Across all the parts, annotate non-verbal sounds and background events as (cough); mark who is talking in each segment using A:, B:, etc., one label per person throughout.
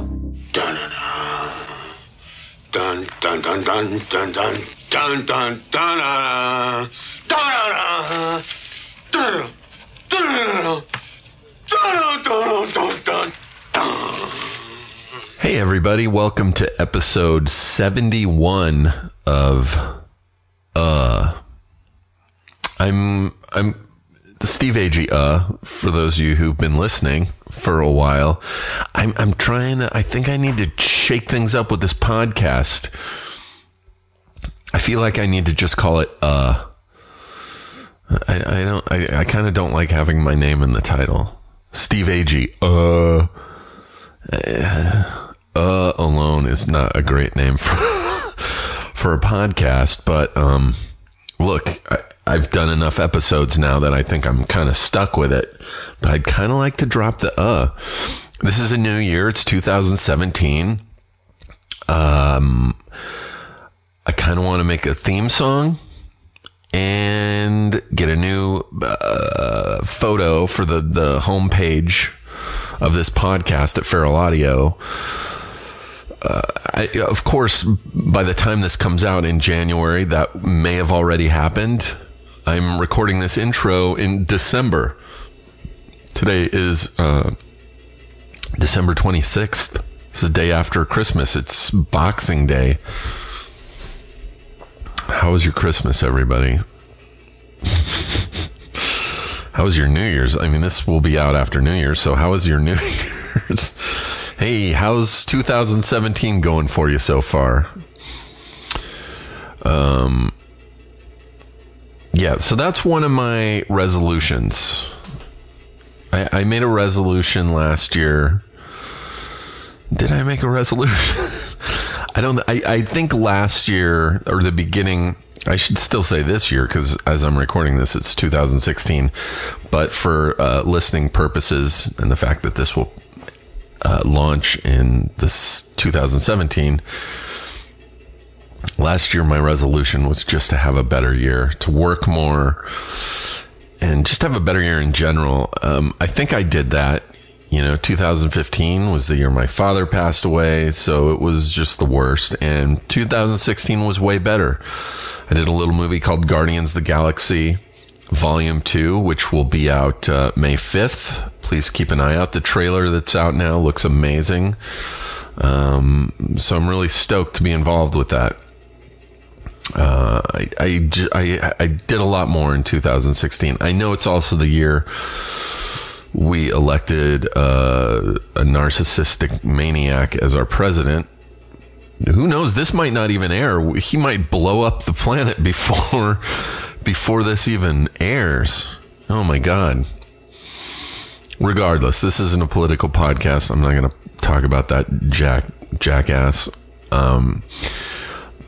A: Dun dun dun dun dun dun dun dun dun dun dun dun dun dun dun
B: Hey, everybody. Welcome to episode 71 of. Uh, I'm. I'm. Steve Agee, uh, for those of you who've been listening for a while, I'm, I'm trying to, I think I need to shake things up with this podcast. I feel like I need to just call it, uh, I, I don't, I, I kind of don't like having my name in the title. Steve Agee, uh, uh alone is not a great name for (laughs) for a podcast but um look I, i've done enough episodes now that i think i'm kind of stuck with it but i'd kind of like to drop the uh this is a new year it's 2017 um i kind of want to make a theme song and get a new uh, photo for the the homepage of this podcast at Feral Audio. Uh, I, of course, by the time this comes out in January, that may have already happened. I'm recording this intro in December. Today is uh, December 26th. This is the day after Christmas. It's Boxing Day. How was your Christmas, everybody? How was your New Year's? I mean, this will be out after New Year's, so how was your New (laughs) Year's? hey, how's 2017 going for you so far? Um, yeah, so that's one of my resolutions. I, I made a resolution last year. Did I make a resolution? I don't. I, I think last year or the beginning. I should still say this year because as I'm recording this, it's 2016. But for uh, listening purposes and the fact that this will uh, launch in this 2017, last year my resolution was just to have a better year, to work more, and just have a better year in general. Um, I think I did that. You know, 2015 was the year my father passed away, so it was just the worst. And 2016 was way better. I did a little movie called Guardians of the Galaxy Volume 2, which will be out uh, May 5th. Please keep an eye out. The trailer that's out now looks amazing. Um, so I'm really stoked to be involved with that. Uh, I, I j- I- I did a lot more in 2016. I know it's also the year we elected uh, a narcissistic maniac as our president. Who knows? This might not even air. He might blow up the planet before before this even airs. Oh my god. Regardless, this isn't a political podcast. I'm not going to talk about that jack jackass. Um,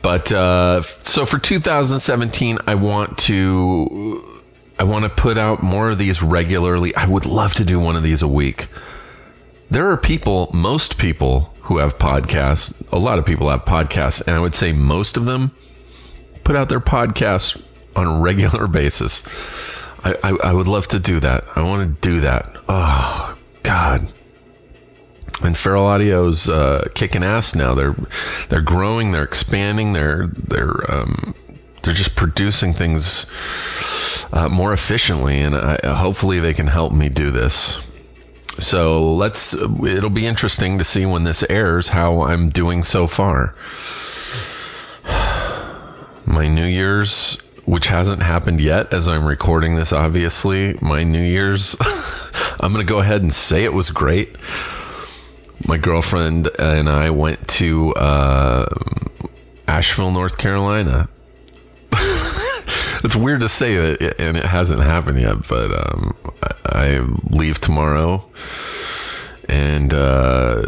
B: but uh, so for 2017, I want to I want to put out more of these regularly. I would love to do one of these a week. There are people, most people who have podcasts, a lot of people have podcasts, and I would say most of them put out their podcasts on a regular (laughs) basis. I, I, I would love to do that. I want to do that. Oh, God. And Feral Audio's uh, kicking ass now. They're they're growing. They're expanding. They're they're um, they're just producing things uh, more efficiently, and I, uh, hopefully they can help me do this. So let's. It'll be interesting to see when this airs how I'm doing so far. (sighs) My New Year's, which hasn't happened yet as I'm recording this, obviously, my New Year's, (laughs) I'm going to go ahead and say it was great. My girlfriend uh, and I went to uh, Asheville, North Carolina (laughs) it's weird to say that, and it hasn't happened yet. But um, I, I leave tomorrow, and uh,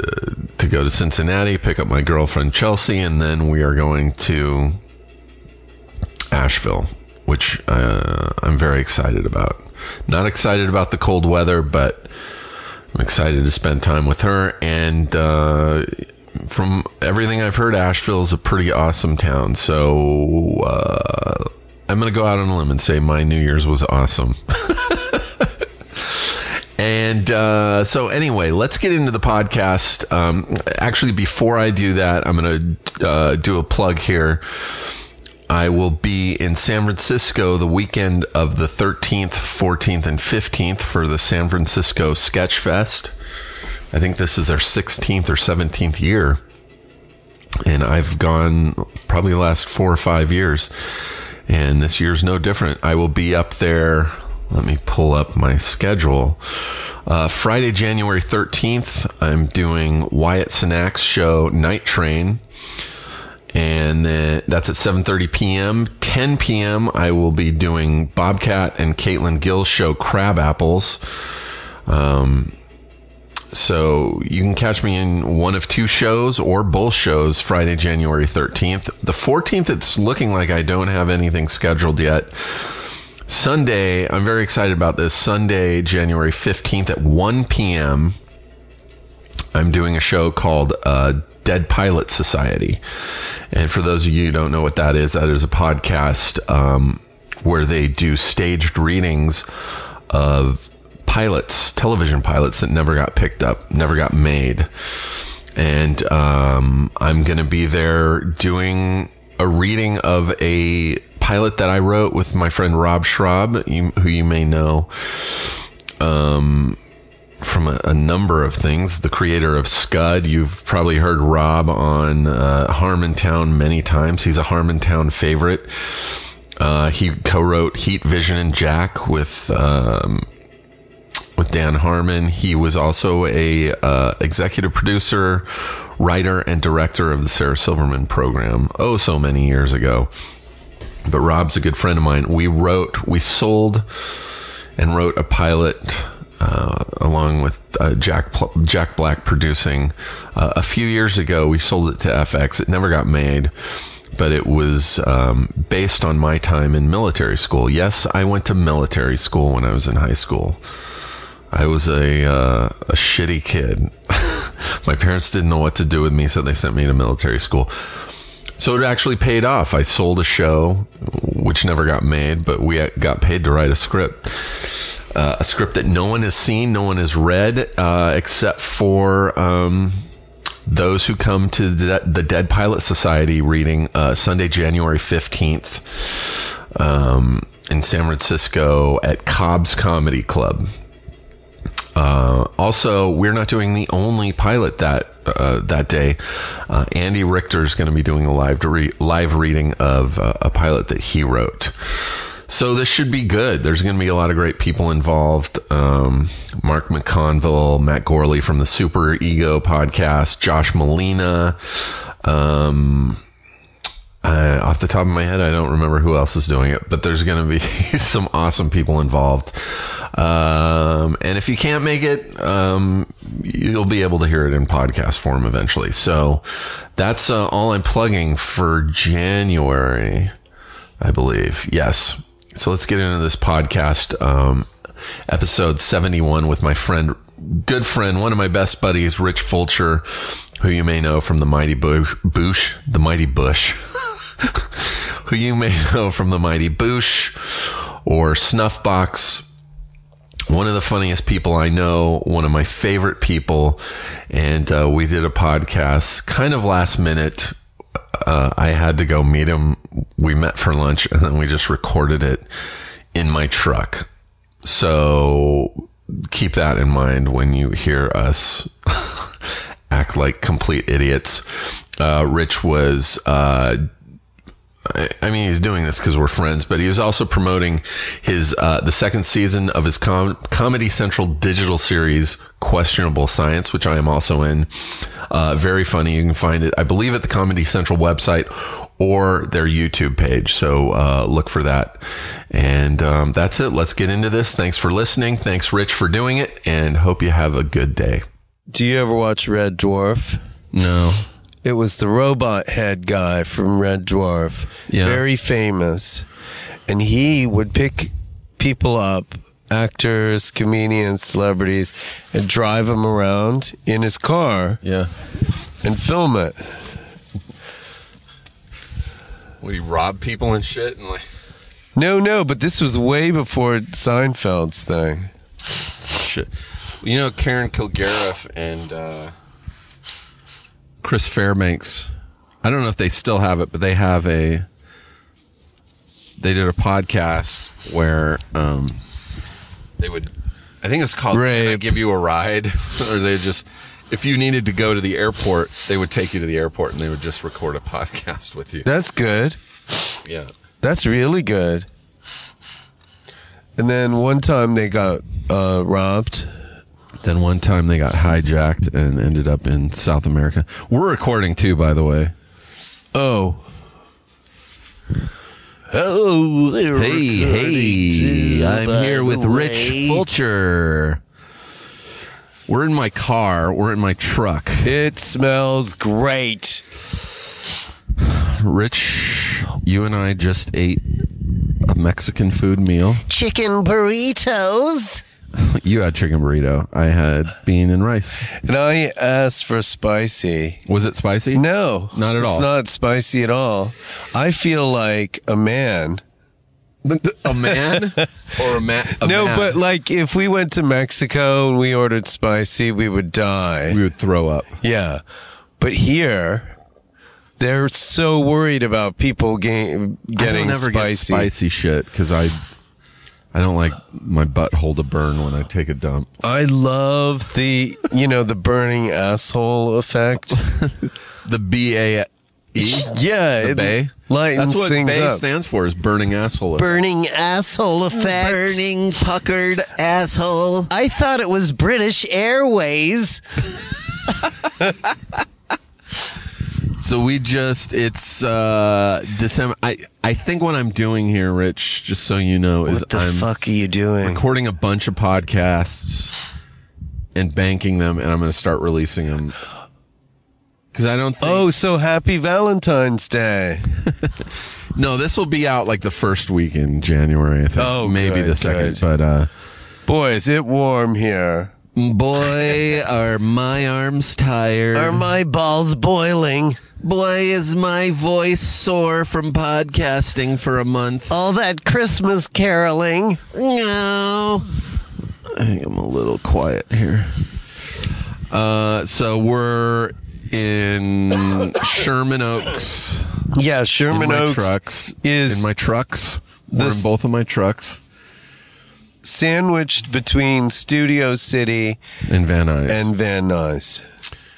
B: to go to Cincinnati, pick up my girlfriend Chelsea, and then we are going to Asheville, which uh, I'm very excited about. Not excited about the cold weather, but I'm excited to spend time with her. And uh, from everything I've heard, Asheville is a pretty awesome town. So uh, I'm going to go out on a limb and say my New Year's was awesome. (laughs) And uh, so, anyway, let's get into the podcast. Um, actually, before I do that, I'm going to uh, do a plug here. I will be in San Francisco the weekend of the 13th, 14th, and 15th for the San Francisco Sketch Fest. I think this is their 16th or 17th year. And I've gone probably the last four or five years. And this year's no different. I will be up there. Let me pull up my schedule. Uh, Friday, January 13th, I'm doing Wyatt Sinak's show, Night Train and then that's at 7.30 p.m 10 p.m i will be doing bobcat and caitlin gill show crab apples um, so you can catch me in one of two shows or both shows friday january 13th the 14th it's looking like i don't have anything scheduled yet sunday i'm very excited about this sunday january 15th at 1 p.m i'm doing a show called uh, Dead Pilot Society. And for those of you who don't know what that is, that is a podcast um, where they do staged readings of pilots, television pilots that never got picked up, never got made. And um, I'm going to be there doing a reading of a pilot that I wrote with my friend Rob Schraub, you- who you may know. Um, from a, a number of things. The creator of Scud, you've probably heard Rob on uh, Harmontown many times. He's a Harmontown favorite. Uh, he co-wrote Heat Vision and Jack with um, with Dan Harmon. He was also a uh, executive producer, writer, and director of the Sarah Silverman program. Oh, so many years ago. But Rob's a good friend of mine. We wrote, we sold, and wrote a pilot uh, along with uh, Jack Pl- Jack Black producing. Uh, a few years ago, we sold it to FX. It never got made, but it was um, based on my time in military school. Yes, I went to military school when I was in high school. I was a uh, a shitty kid. (laughs) my parents didn't know what to do with me, so they sent me to military school. So it actually paid off. I sold a show, which never got made, but we got paid to write a script. Uh, a script that no one has seen, no one has read, uh, except for um, those who come to the, the Dead Pilot Society reading uh, Sunday, January 15th um, in San Francisco at Cobb's Comedy Club. Uh, also, we're not doing the only pilot that uh, that day. Uh, Andy Richter is going to be doing a live re- live reading of uh, a pilot that he wrote. So this should be good. There's going to be a lot of great people involved. Um, Mark McConville, Matt Gorley from the Super Ego podcast, Josh Molina. Um, uh, off the top of my head, I don't remember who else is doing it, but there's going to be (laughs) some awesome people involved. Um, and if you can't make it, um, you'll be able to hear it in podcast form eventually. So that's uh, all I'm plugging for January, I believe. Yes. So let's get into this podcast, um, episode 71 with my friend, good friend, one of my best buddies, Rich Fulcher, who you may know from the Mighty Bush, Bush, the Mighty Bush. (laughs) who you may know from the Mighty Boosh or Snuffbox. One of the funniest people I know, one of my favorite people. And uh, we did a podcast kind of last minute. Uh, I had to go meet him. We met for lunch and then we just recorded it in my truck. So keep that in mind when you hear us (laughs) act like complete idiots. Uh, Rich was. Uh, I I mean, he's doing this because we're friends, but he was also promoting his uh, the second season of his com- Comedy Central digital series, Questionable Science, which I am also in. Uh, very funny. You can find it, I believe, at the Comedy Central website or their YouTube page. So uh, look for that. And um, that's it. Let's get into this. Thanks for listening. Thanks, Rich, for doing it, and hope you have a good day.
C: Do you ever watch Red Dwarf?
B: No.
C: It was the robot head guy from Red Dwarf,
B: Yeah.
C: very famous. And he would pick people up, actors, comedians, celebrities, and drive them around in his car
B: Yeah.
C: and film it.
B: Would he rob people and shit? And like,
C: No, no, but this was way before Seinfeld's thing.
B: shit. You know, Karen Kilgariff and uh, Chris Fairbanks. I don't know if they still have it, but they have a. They did a podcast where um, they would. I think it's called "Can I
C: Rape.
B: Give You a Ride," (laughs) or they just. If you needed to go to the airport, they would take you to the airport and they would just record a (laughs) podcast with you.
C: That's good.
B: Yeah.
C: That's really good. And then one time they got uh, robbed.
B: Then one time they got hijacked and ended up in South America. We're recording too, by the way.
C: Oh. Oh, they're
B: Hey,
C: recording
B: hey,
C: too,
B: I'm
C: by
B: here
C: the
B: with
C: way.
B: Rich Fulcher. We're in my car. We're in my truck.
C: It smells great.
B: Rich, you and I just ate a Mexican food meal.
C: Chicken burritos.
B: (laughs) You had chicken burrito. I had bean and rice.
C: And I asked for spicy.
B: Was it spicy?
C: No,
B: Not at all.
C: It's not spicy at all. I feel like a man.
B: (laughs) A man or a, ma- a
C: no,
B: man?
C: but like if we went to Mexico and we ordered spicy, we would die.
B: we would throw up.
C: Yeah. But here, they're so worried about people ga-
B: I
C: getting
B: don't ever get
C: spicy.
B: spicy shit because I I don't like my butthole to burn when I take a dump.
C: I love the, you know, the burning asshole
B: (laughs)
C: effect.
B: The B A E.
C: Yeah.
B: The bay.
C: lightens
B: That's what
C: things
B: bay
C: up.
B: stands for is burning asshole.
C: burning asshole effect. Burning puckered asshole. I thought it was British Airways.
B: So we just it's uh December. I I think what I'm doing here, Rich, just so you know, is
C: What the
B: I'm
C: fuck are you doing?
B: recording a bunch of podcasts and banking them, and I'm going to start releasing them. Because I don't think.
C: Oh, so happy Valentine's Day.
B: No, this will be out like the first week in January. I think.
C: Oh,
B: maybe
C: good,
B: the second.
C: good.
B: But uh,
C: Boy, is it warm here.
B: boy, are my arms tired?
C: my balls boiling?
B: boy, is my voice sore from podcasting for a month?
C: All that Christmas caroling.
B: No. I think I'm a little quiet here. Uh, so we're in Sherman Oaks.
C: Yeah, Sherman
B: in my
C: Oaks
B: trucks.
C: is-
B: in my trucks. We're
C: This-
B: in both of my trucks
C: sandwiched between Studio City
B: in Van Nuys.
C: and Van Nuys.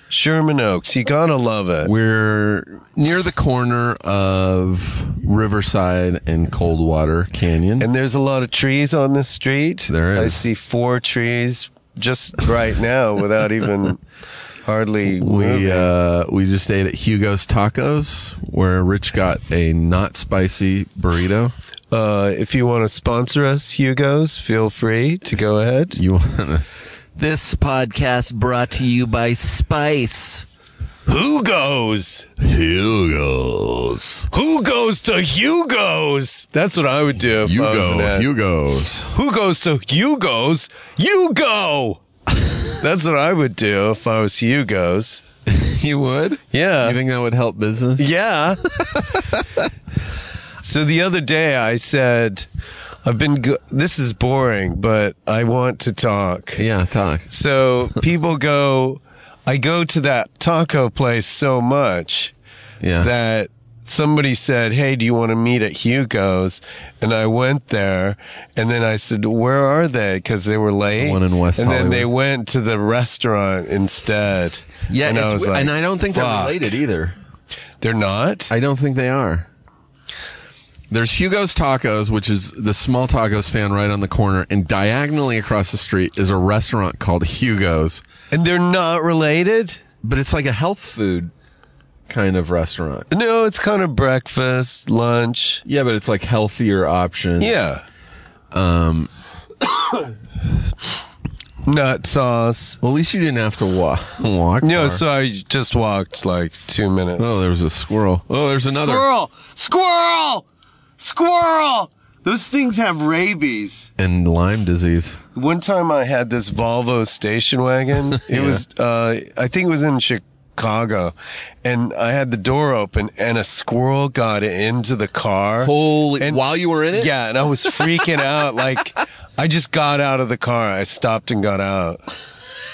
C: Sherman Oaks, you gotta love it.
B: we're near the corner of Riverside and Coldwater Canyon.
C: and there's a lot of trees on this street.
B: There
C: I
B: is.
C: see four trees just right now without even
B: (laughs)
C: hardly
B: We
C: moving.
B: uh, we just ate at Hugo's Tacos, where Rich got a not spicy burrito.
C: Uh, if you want to sponsor us, Hugo's, feel free to go ahead.
B: You wanna? This podcast brought to you by Spice.
C: Hugo's.
B: Hugo's.
C: Who goes to Hugo's? That's what I would do. If I was an
B: Hugo.
C: ad.
B: Hugo's.
C: Who goes to Hugo's? You (laughs) go. That's what I would do if I was Hugo's.
B: You would?
C: Yeah.
B: You think that would help business?
C: Yeah. (laughs) so the other day I said, I've been, go- this is boring, but I want to talk.
B: Yeah. Talk. (laughs)
C: So people go, I go to that taco place so much
B: Yeah.
C: that somebody said, Hey, do you want to meet at Hugo's? And I went there and then I said, Where are they? Because they were late.
B: The one in West
C: And then they
B: Hollywood.
C: went to the restaurant instead.
B: yeah.
C: and
B: it's
C: I was
B: w-
C: like,
B: and I don't think
C: "Fuck,
B: they're related either.
C: They're not?
B: I don't think they are. There's Hugo's Tacos, which is the small taco stand right on the corner, and diagonally across the street is a restaurant called Hugo's,
C: and they're not related?
B: but it's like a health food kind of restaurant.
C: No, it's kind of breakfast, lunch.
B: Yeah, but it's like healthier options.
C: Yeah. Um, (coughs) nut sauce.
B: Well, at least you didn't have to walk. walk
C: No,
B: far.
C: so I just walked like two minutes.
B: oh, there was a squirrel. Oh, there's another.
C: Squirrel! Squirrel! Squirrel! Those things have rabies.
B: And Lyme disease.
C: One time I had this Volvo station wagon. It was, uh, I think it was in Chicago. And I had the door open and a squirrel got into the car.
B: Holy!
C: And-
B: while you were in it,
C: Yeah, and I was freaking out. Like, I just got out of the car. I stopped and got out.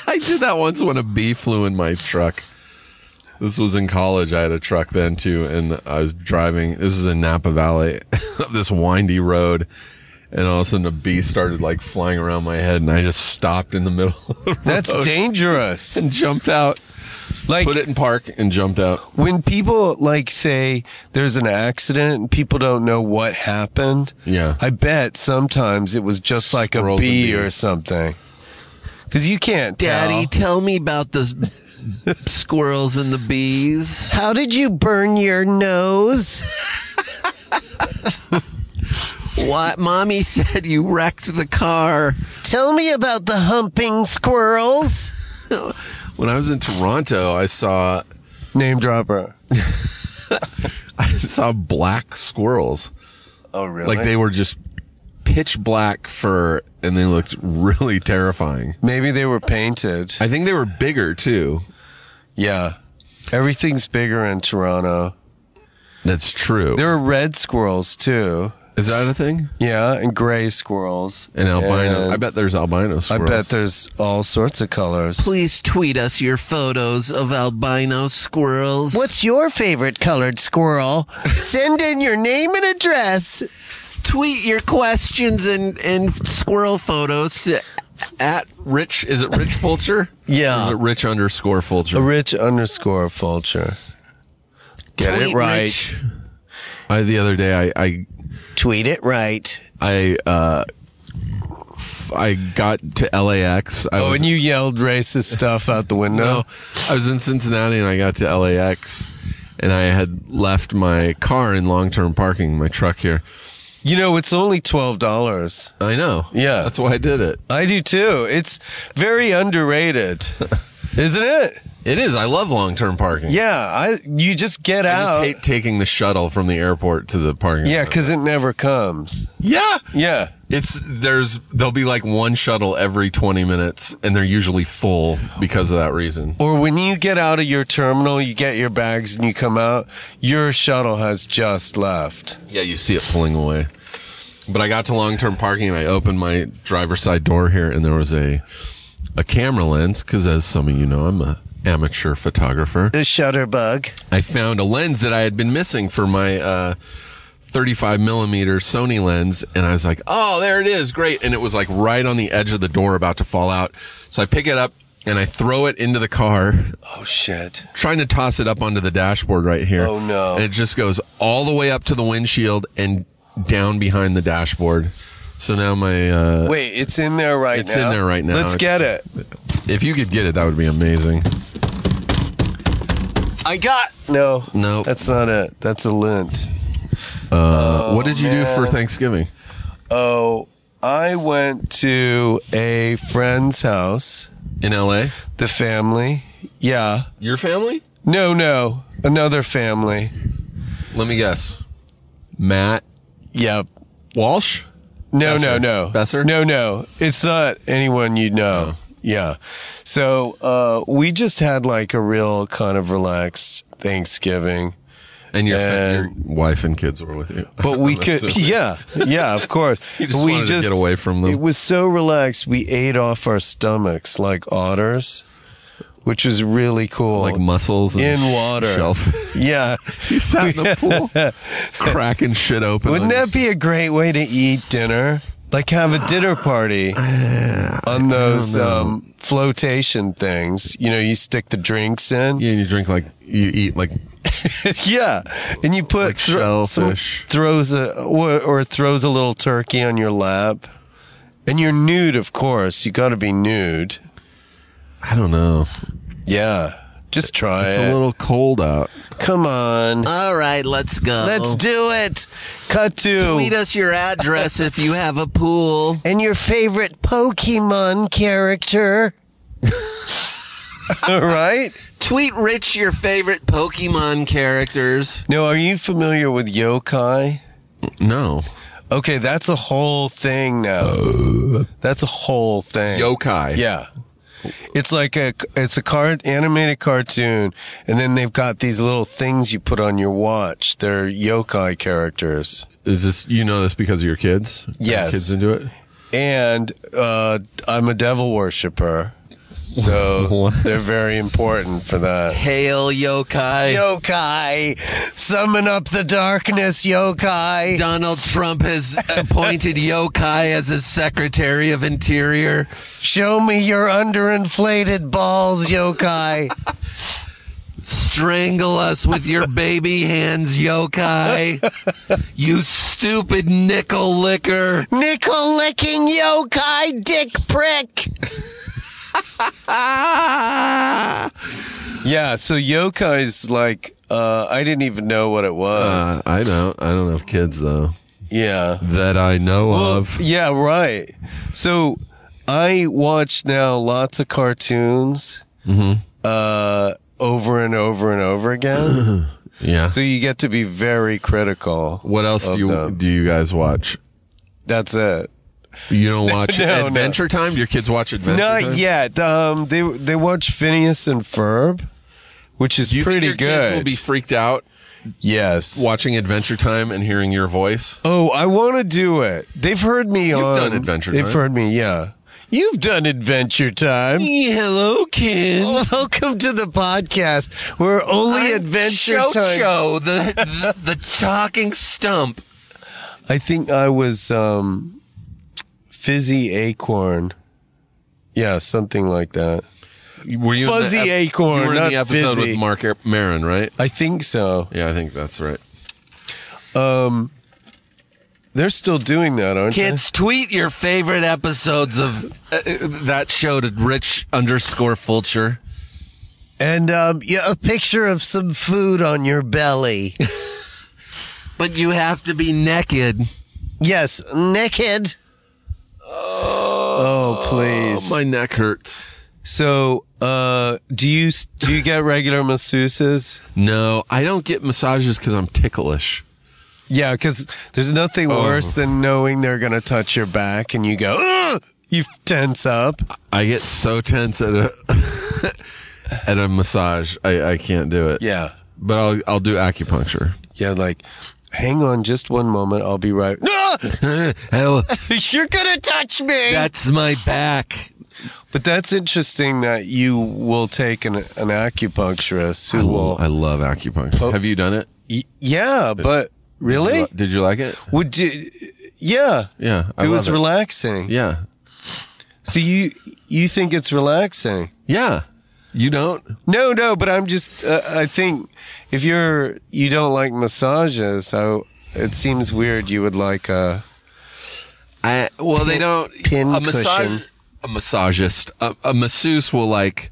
B: I did that once when a bee flew in my truck. This was in college. I had a truck then too, and I was driving. This is in Napa Valley, (laughs) up this windy road, and all of a sudden a bee started like flying around my head, and I just stopped in the middle. Of the
C: That's
B: road
C: dangerous.
B: and jumped out,
C: Like
B: put it in park, and jumped out.
C: when people like say there's an accident and people don't know what happened.
B: Yeah.
C: I bet sometimes it was just like a
B: Squirrels and
C: bee or
B: bees.
C: something. Cuz you can't tell.
B: tell me about those squirrels and the bees.
C: How did you burn your nose?
B: Why, mommy said you wrecked the car.
C: Tell me about the humping squirrels.
B: When I was in Toronto, I saw (laughs)
C: Name dropper.
B: I saw black squirrels.
C: Oh really?
B: Like they were just pitch black fur and they looked really terrifying.
C: Maybe they were painted.
B: I think they were bigger too.
C: Yeah. Everything's bigger in Toronto.
B: That's true.
C: There are red squirrels too.
B: Is that a thing?
C: Yeah, and gray squirrels.
B: An albino.
C: And
B: I bet there's albino
C: I
B: squirrels.
C: bet there's all sorts of colors.
D: Please tweet us your photos of albino squirrels.
C: What's your favorite colored squirrel? (laughs) Send in your name and address.
D: tweet your questions and, and squirrel photos to
B: at Rich. Is it Rich Fulcher?
C: (laughs) Yeah.
B: Or Is it Rich underscore Fulcher?
C: Rich underscore Fulcher. Get
D: Tweet
C: it right.
D: Rich.
B: I, the other day, I, I
C: Tweet it right.
B: I uh, f- I got to LAX. I
C: Oh,
B: was,
C: and you yelled racist stuff out the window.
B: no, (laughs) I was in Cincinnati and I got to LAX, and I had left my car in long term parking, my truck here.
C: You know, it's only $12.
B: I know.
C: Yeah.
B: that's why I did it.
C: I do too. It's very underrated,
B: (laughs)
C: isn't it?
B: It is. I love long term parking.
C: Yeah, I you just get
B: I just
C: out.
B: hate taking the shuttle from the airport to the parking.
C: yeah,
B: lot.
C: because it never comes.
B: yeah,
C: Yeah.
B: it's there's there'll be like one shuttle every twenty minutes, and they're usually full because of that reason.
C: Or when you get out of your terminal, you get your bags and you come out, your shuttle has just left.
B: Yeah, you see it pulling away. But I got to long term parking and I opened my driver's side door here, and there was a a camera lens because, as some of you know, I'm a amateur photographer.
C: The shutter bug.
B: I found a lens that I had been missing for my uh, 35 millimeter Sony lens, and I was like, "Oh, there it is, great!" And it was like right on the edge of the door, about to fall out. So I pick it up and I throw it into the car
C: Oh shit.
B: trying to toss it up onto the dashboard right here.
C: Oh, no.
B: And it just goes all the way up to the windshield and down behind the dashboard. So now my uh
C: Wait, it's in there right
B: It's
C: now.
B: in there right now.
C: Let's get it.
B: if you could get it that would be amazing.
C: I got No.
B: No.
C: That's not it. That's a lint.
B: Uh, what did you do for
C: Oh, man.
B: Thanksgiving?
C: Oh, I went to a friend's house,
B: In LA?
C: the family. Yeah.
B: Your family?
C: No, no. Another family.
B: Let me guess. Matt
C: Yep.
B: Walsh?
C: No,
B: Besser?
C: no, no.
B: Besser? Oh.
C: No, no. It's not anyone you know. Yeah. So uh, we just had like a real kind of relaxed Thanksgiving.
B: And your, fa- your
C: And-
B: wife and kids were with you.
C: But
B: (laughs)
C: we
B: I'm
C: could,
B: assuming.
C: (laughs) yeah, yeah, of course.
B: (laughs) You just
C: we
B: wanted to get away from them.
C: It was so relaxed. We ate off our stomachs like otters, which was really cool.
B: like mussels and
C: in water. (laughs)
B: Shelf.
C: yeah.
B: you (laughs) sat in the pool, cracking shit open.
C: Wouldn't
B: on your-
C: that be a great way to eat dinner? Like have a
B: (sighs)
C: dinner party on those um, flotation things. You know, you stick the drinks in.
B: Yeah, and you drink like you eat like
C: (laughs) yeah, and you put
B: Like shellfish.
C: throws a or, or throws a little turkey on your lap, and you're nude, of course. You got to be nude.
B: I don't know.
C: Yeah, just try
B: It's
C: it.
B: a little cold out.
C: Come on,
D: All right, let's go.
C: let's do it. Cut to
D: tweet us your address if you have a pool.
C: and your favorite Pokemon (laughs) character. right?
D: Tweet Rich your favorite Pokemon characters.
C: No, are you familiar with yokai?
B: No.
C: Okay, that's a whole thing now. That's a whole thing.
B: Yokai.
C: Yeah. It's like a it's a card animated cartoon, and then they've got these little things you put on your watch. They're yokai characters,
B: Is this you know this because of your kids? Are your
C: Yes.
B: kids into it?
C: and uh, I'm a devil worshiper, So
B: (laughs) What?
C: they're very important for that.
D: Hail yokai.
C: Yokai, summon up the darkness, yokai.
D: Donald Trump has appointed yokai as his Secretary of Interior.
C: Show me your underinflated balls, (laughs) yokai.
D: Strangle us with your baby hands, yokai. You stupid nickel licker.
C: Nickel licking yokai dick prick. (laughs) yeah, so yokai's like uh I didn't even know what it was.
B: Uh, I don't. I don't have kids though
C: yeah.
B: that I know
C: Well,
B: of.
C: yeah, right. So I watch now lots of cartoons uh over and over and over (clears throat) again.
B: Yeah.
C: so you get to be very critical.
B: what else do
C: of
B: you
C: them.
B: do? You guys watch?
C: That's it.
B: You don't watch
C: (laughs) No, no.
B: Adventure Time? Do your kids watch Adventure
C: Not
B: Time?
C: yet. Um, they they watch Phineas and Ferb, which is
B: Do you
C: pretty
B: think your
C: good.
B: Kids will be freaked out
C: yes.
B: watching Adventure Time and hearing your voice.
C: Oh, I want to do it. They've heard me on.
B: done Adventure
C: They've
B: Time.
C: heard me. Yeah. You've done Adventure Time. Oh,
D: Hello, kids.
C: Welcome to the podcast. We're only
D: I'm
C: Adventure
D: Cho
C: Time.
D: Cho, the, the, the talking stump.
C: I think I was um, Fizzy Acorn. Yeah, something like that.
B: Were you in the
C: Fuzzy
B: ep-
C: Acorn,
B: You were in
C: not
B: the episode
C: fizzy.
B: with Mark Ar- Maron, right?
C: I think so.
B: Yeah, I think that's right.
C: They're still doing that, aren't they?
D: Kids, tweet your favorite episodes of uh, uh, that show to rich underscore Fulcher.
C: And um, yeah, a picture of some food on your (laughs) belly.
D: But you have to be naked.
C: Yes, naked. Oh, please.
B: My neck hurts.
C: so, uh, do you do you get regular masseuses?
B: No, I don't get massages because I'm ticklish.
C: Yeah, because there's nothing worse than knowing they're gonna touch your back and you go, Ugh! you tense up.
B: I get so tense at a (laughs) at a massage. I, I can't do it.
C: Yeah,
B: But I'll I'll do (laughs) acupuncture.
C: yeah, like. Hang on just one moment. I'll be (laughs) right. No!
D: Oh,
C: You're going to touch me.
D: that's my back.
C: but that's interesting that you will take an, an acupuncturist who will.
B: I love acupuncture. Have you done it?
C: Y- yeah, but really?
B: Did you like it?
C: Would you? Yeah,
B: Yeah, I
C: it was
B: love
C: relaxing.
B: Yeah,
C: So you you think it's relaxing?
B: yeah. You don't?
C: No, no, but I'm just. Uh, I think if you're you don't like massages, so it seems weird you would like a.
B: I well, they don't.
C: Pin
B: a massage,
C: cushion.
B: a massagist, a, a masseuse will like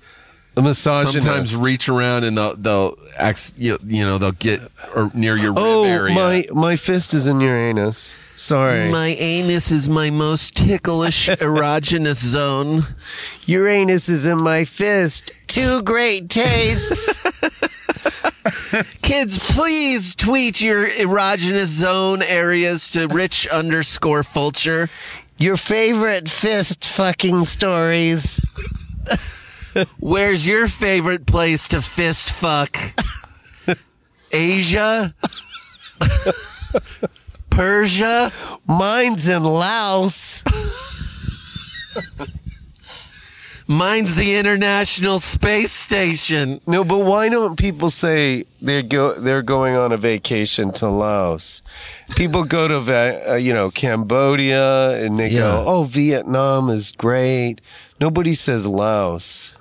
C: A massage
B: sometimes reach around and they'll they'll ex, you, you know they'll get or near your rib
C: Oh
B: area.
C: my! My fist is in your anus. Sorry,
D: My anus is my most (laughs) ticklish erogenous zone.
C: your anus is in my fist. Two great (laughs) tastes.
D: Kids, please tweet your erogenous zone areas to rich underscore Fulcher.
C: your favorite fist fucking stories.
D: Where's your favorite place to fist fuck? Asia? Persia?
C: Mine's in Laos.
D: Mine's the International Space Station.
C: No, but why don't people say they go they're going on a vacation to Laos? People go to Va- uh, you know Cambodia and they
B: Yeah.
C: go, "Oh, Vietnam is great." Nobody says Laos.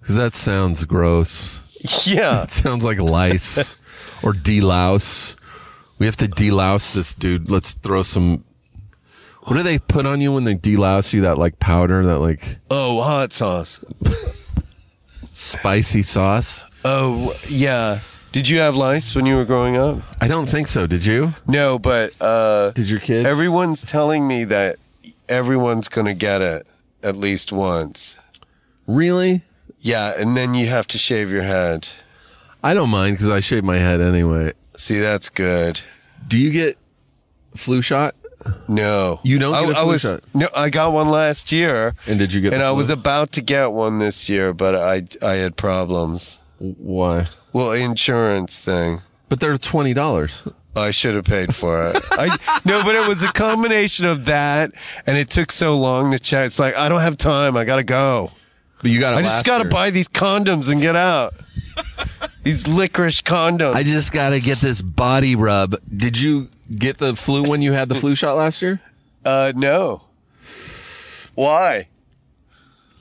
B: Because that sounds gross. (laughs)
C: Yeah.
B: Sounds like lice or delouse. We have to delouse this dude. Let's throw some. What do they put on you when they delouse you? That like powder, that like
C: oh, hot sauce.
B: spicy sauce.
C: Oh, yeah. Did you have lice when you were growing up?
B: I don't think so. Did you?
C: No, but uh
B: Did your kids?
C: everyone's telling me that everyone's going to get it at least once.
B: really?
C: Yeah, and then you have to shave your head.
B: I don't mind because I shave my head anyway.
C: See, that's good.
B: Do you get flu shot?
C: No,
B: You don't
C: I,
B: get a
C: I
B: flu
C: was,
B: shot?
C: No, I got one last year,
B: And did you get?
C: and
B: the
C: I was
B: flu?
C: about to get one this year, but I I had problems.
B: why?
C: Well, insurance thing.
B: But they're twenty dollars.
C: I should have paid for it. I, no, but it was a combination of that, and it took so long to check. It's like I don't have time. I gotta go.
B: But you got.
C: I just got to buy these condoms and get out. these licorice condoms.
B: I just got to get this body rub. Did you get the flu when you had the flu shot last year?
C: uh, no. Why?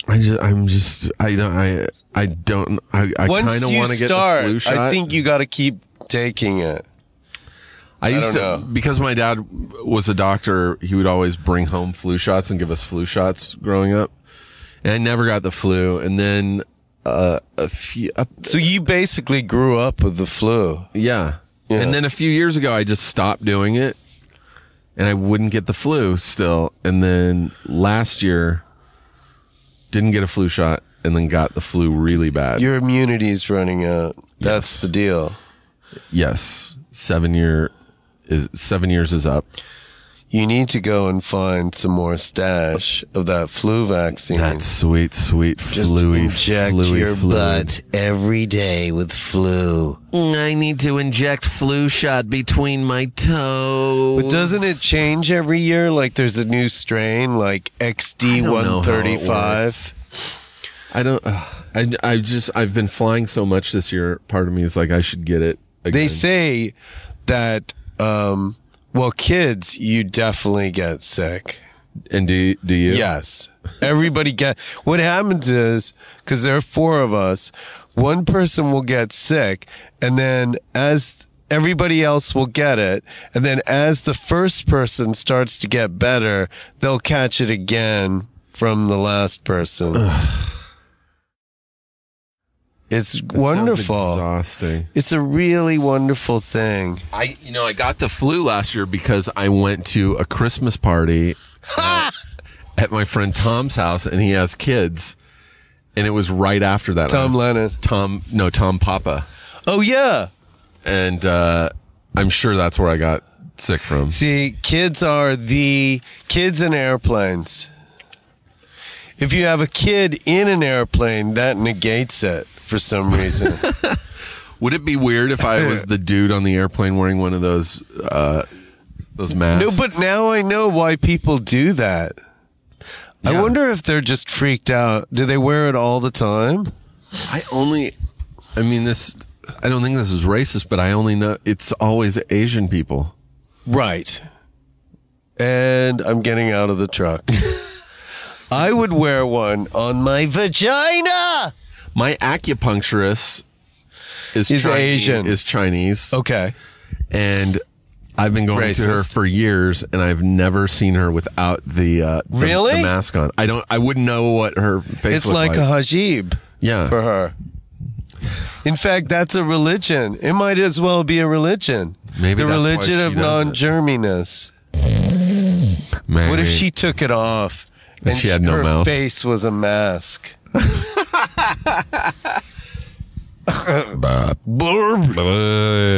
B: I just, I'm just, I don't, I, I don't, I, I
C: Once
B: kind of
C: you
B: want to get the
C: start,
B: flu shot.
C: I think you got to keep taking it.
B: I used to
C: don't know.
B: because my dad was a doctor. He would always bring home flu shots and give us flu shots growing up, and I never got the flu. And then uh, a few, uh,
C: So you basically grew up with the flu.
B: yeah. and then a few years ago, I just stopped doing it, and I wouldn't get the flu still. And then last year, didn't get a flu shot, and then got the flu really bad.
C: Your immunity's running out. That's the deal.
B: yes, seven year is seven years is up.
C: You need to go and find some more stash of that flu vaccine.
B: That sweet, sweet
C: Mm. Just
B: fluey,
C: inject
B: fluey,
C: your
B: fluid.
C: butt every day with flu.
D: I need to inject flu shot between my toes.
C: But doesn't it change every year? Like there's a new strain, like XD135.
B: I don't. ugh. I I just I've been flying so much this year. Part of me is like I should get it. Again.
C: They say that, um, well, kids, you definitely get sick.
B: and do do you?
C: Yes. Everybody get what happens is because there are four of us, one person will get sick, and then as everybody else will get it, and then as the first person starts to get better, they'll catch it again from the last person. it's
B: That sounds
C: wonderful.
B: Exhausting.
C: It's a really wonderful thing.
B: I you know I got the flu last year because I went to a Christmas
C: (laughs)
B: party at, at my friend Tom's house, and he has kids, and it was right after that. I
C: Tom
B: was-
C: Lennon.
B: Tom, no, Tom Papa,
C: Oh yeah.
B: and uh, I'm sure that's where I got sick from.
C: See, kids are the kids in airplanes. If you have a kid in an airplane, that negates it for some reason. (laughs)
B: Would it be weird if I was the dude on the airplane wearing one of those uh, those masks?
C: no, but now I know why people do that. I
B: Yeah.
C: wonder if they're just freaked out. Do they wear it all the time?
B: I only. I mean, this. I don't think this is racist, but I only know it's always Asian people.
C: Right. And I'm getting out of the (laughs) truck. I would wear one on my vagina.
B: My acupuncturist is
C: Is
B: Chinese,
C: Asian.
B: Is Chinese.
C: Okay.
B: and I've been going to her
C: Racist.
B: for years, and I've never seen her without the, uh, the-
C: Really?
B: the mask on. I don't. I wouldn't know what her face.
C: It's
B: looked
C: like, a hajib.
B: yeah.
C: for her. In fact, that's a religion. It might as well be a religion.
B: Maybe
C: the
B: that's why
C: religion
B: she
C: of
B: does it.
C: non-germiness. What
B: Maybe.
C: if she took it off and
B: she had no
C: her
B: mouth?
C: face was a mask? Burr-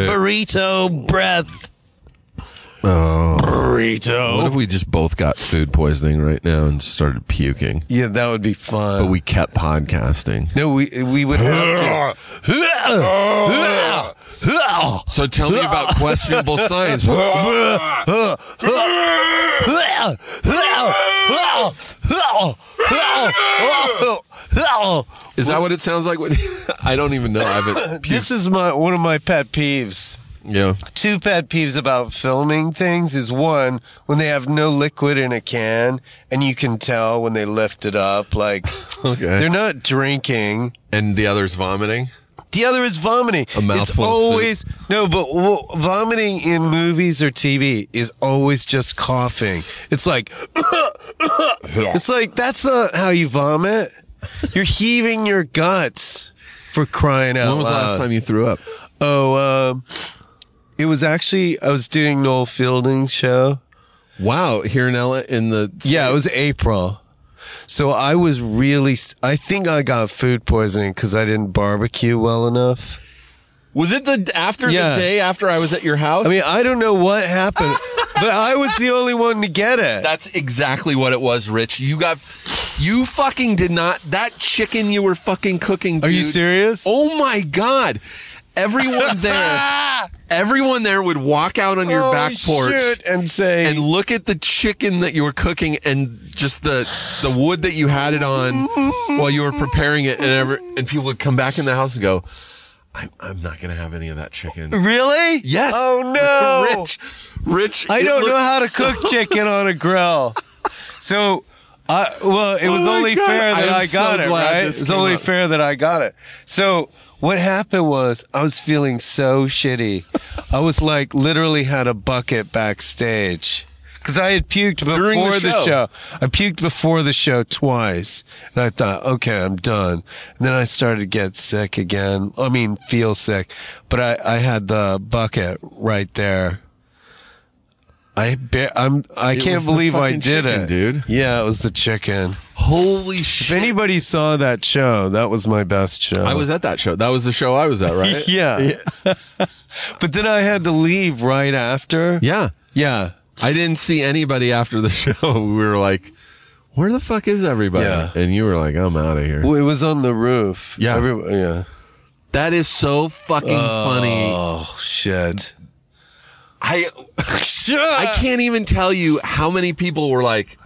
C: burrito breath.
B: Oh. What
C: Burrito.
B: if we just both got food poisoning right now and started puking?
C: Yeah, that would be fun.
B: But we kept podcasting.
C: no, we we would have
B: (laughs)
C: to.
B: So tell me about (laughs) questionable science. Is that what it sounds like? (laughs) when- I don't even know. I haven't. (laughs) Pu-
C: This is my one of my pet peeves.
B: yeah.
C: Two pet peeves about filming things is one when they have no liquid in a can and you can tell when they lift it up
B: (laughs)
C: like
B: Okay.
C: they're not drinking.
B: and the other's vomiting.
C: The other is vomiting.
B: A mouthful of
C: It's
B: soup.
C: always no, but w- vomiting in movies or TV is always just coughing. It's like (coughs) it's like that's not how you vomit. You're heaving your guts for crying out
B: When was the
C: loud.
B: last time you threw up?
C: Oh, um, it was actually I was doing Noel Fielding's show.
B: Wow, here in LA, in the
C: Yeah, it was April. So I was really. I think I got food poisoning because I didn't barbecue well enough.
B: was it the after
C: Yeah.
B: the day after I was at your house?
C: I mean, I don't know what happened, but I was the only one to get it.
B: That's exactly what it was, Rich. You got, you fucking did not. That chicken you were fucking cooking.
C: Are you
B: dude-
C: serious?
B: Oh my god! (laughs) everyone there, everyone there would walk out on your
C: Oh,
B: back porch
C: shoot, and say,
B: and look at the chicken that you were cooking and just the the wood that you had it on while you were preparing it, and ever and people would come back in the house and go, "I'm I'm not gonna have any of that chicken."
C: really?
B: Yes.
C: Oh
B: (laughs)
C: no.
B: Rich, Rich.
C: I
B: it
C: don't know
B: looked
C: how to
B: (laughs)
C: cook chicken on a grill. So, I, well, it was
B: Oh my
C: only
B: God.
C: fair
B: I
C: that
B: am
C: I, got
B: so
C: it,
B: glad
C: right?
B: this
C: It's
B: came
C: only
B: up.
C: fair that I got it. So, what happened was I was feeling so shitty. I was like, literally had a bucket backstage. Because I had puked before
B: During the show.
C: I puked before the show twice. And I thought, okay, I'm done. And then I started to get sick again. I mean, feel sick. But I, I had the bucket right there. I ba- I'm I
B: It
C: can't
B: was the
C: believe I
B: fucking
C: did
B: chicken,
C: it,
B: dude.
C: Yeah, it was the chicken.
B: Holy
C: If
B: shit!
C: anybody saw that show, that was my best show. Uh,
B: I was at that show. That was the show I was at, right?
C: (laughs) yeah. but then I had to leave right after.
B: yeah.
C: yeah.
B: I didn't see anybody after the (laughs) show. We were like, where the fuck is everybody?
C: Yeah.
B: And you were like, I'm out of here.
C: Well, it was on the roof.
B: Yeah.
C: Every- yeah.
B: That is so fucking funny.
C: Oh shit.
B: I I can't even tell you how many people were like,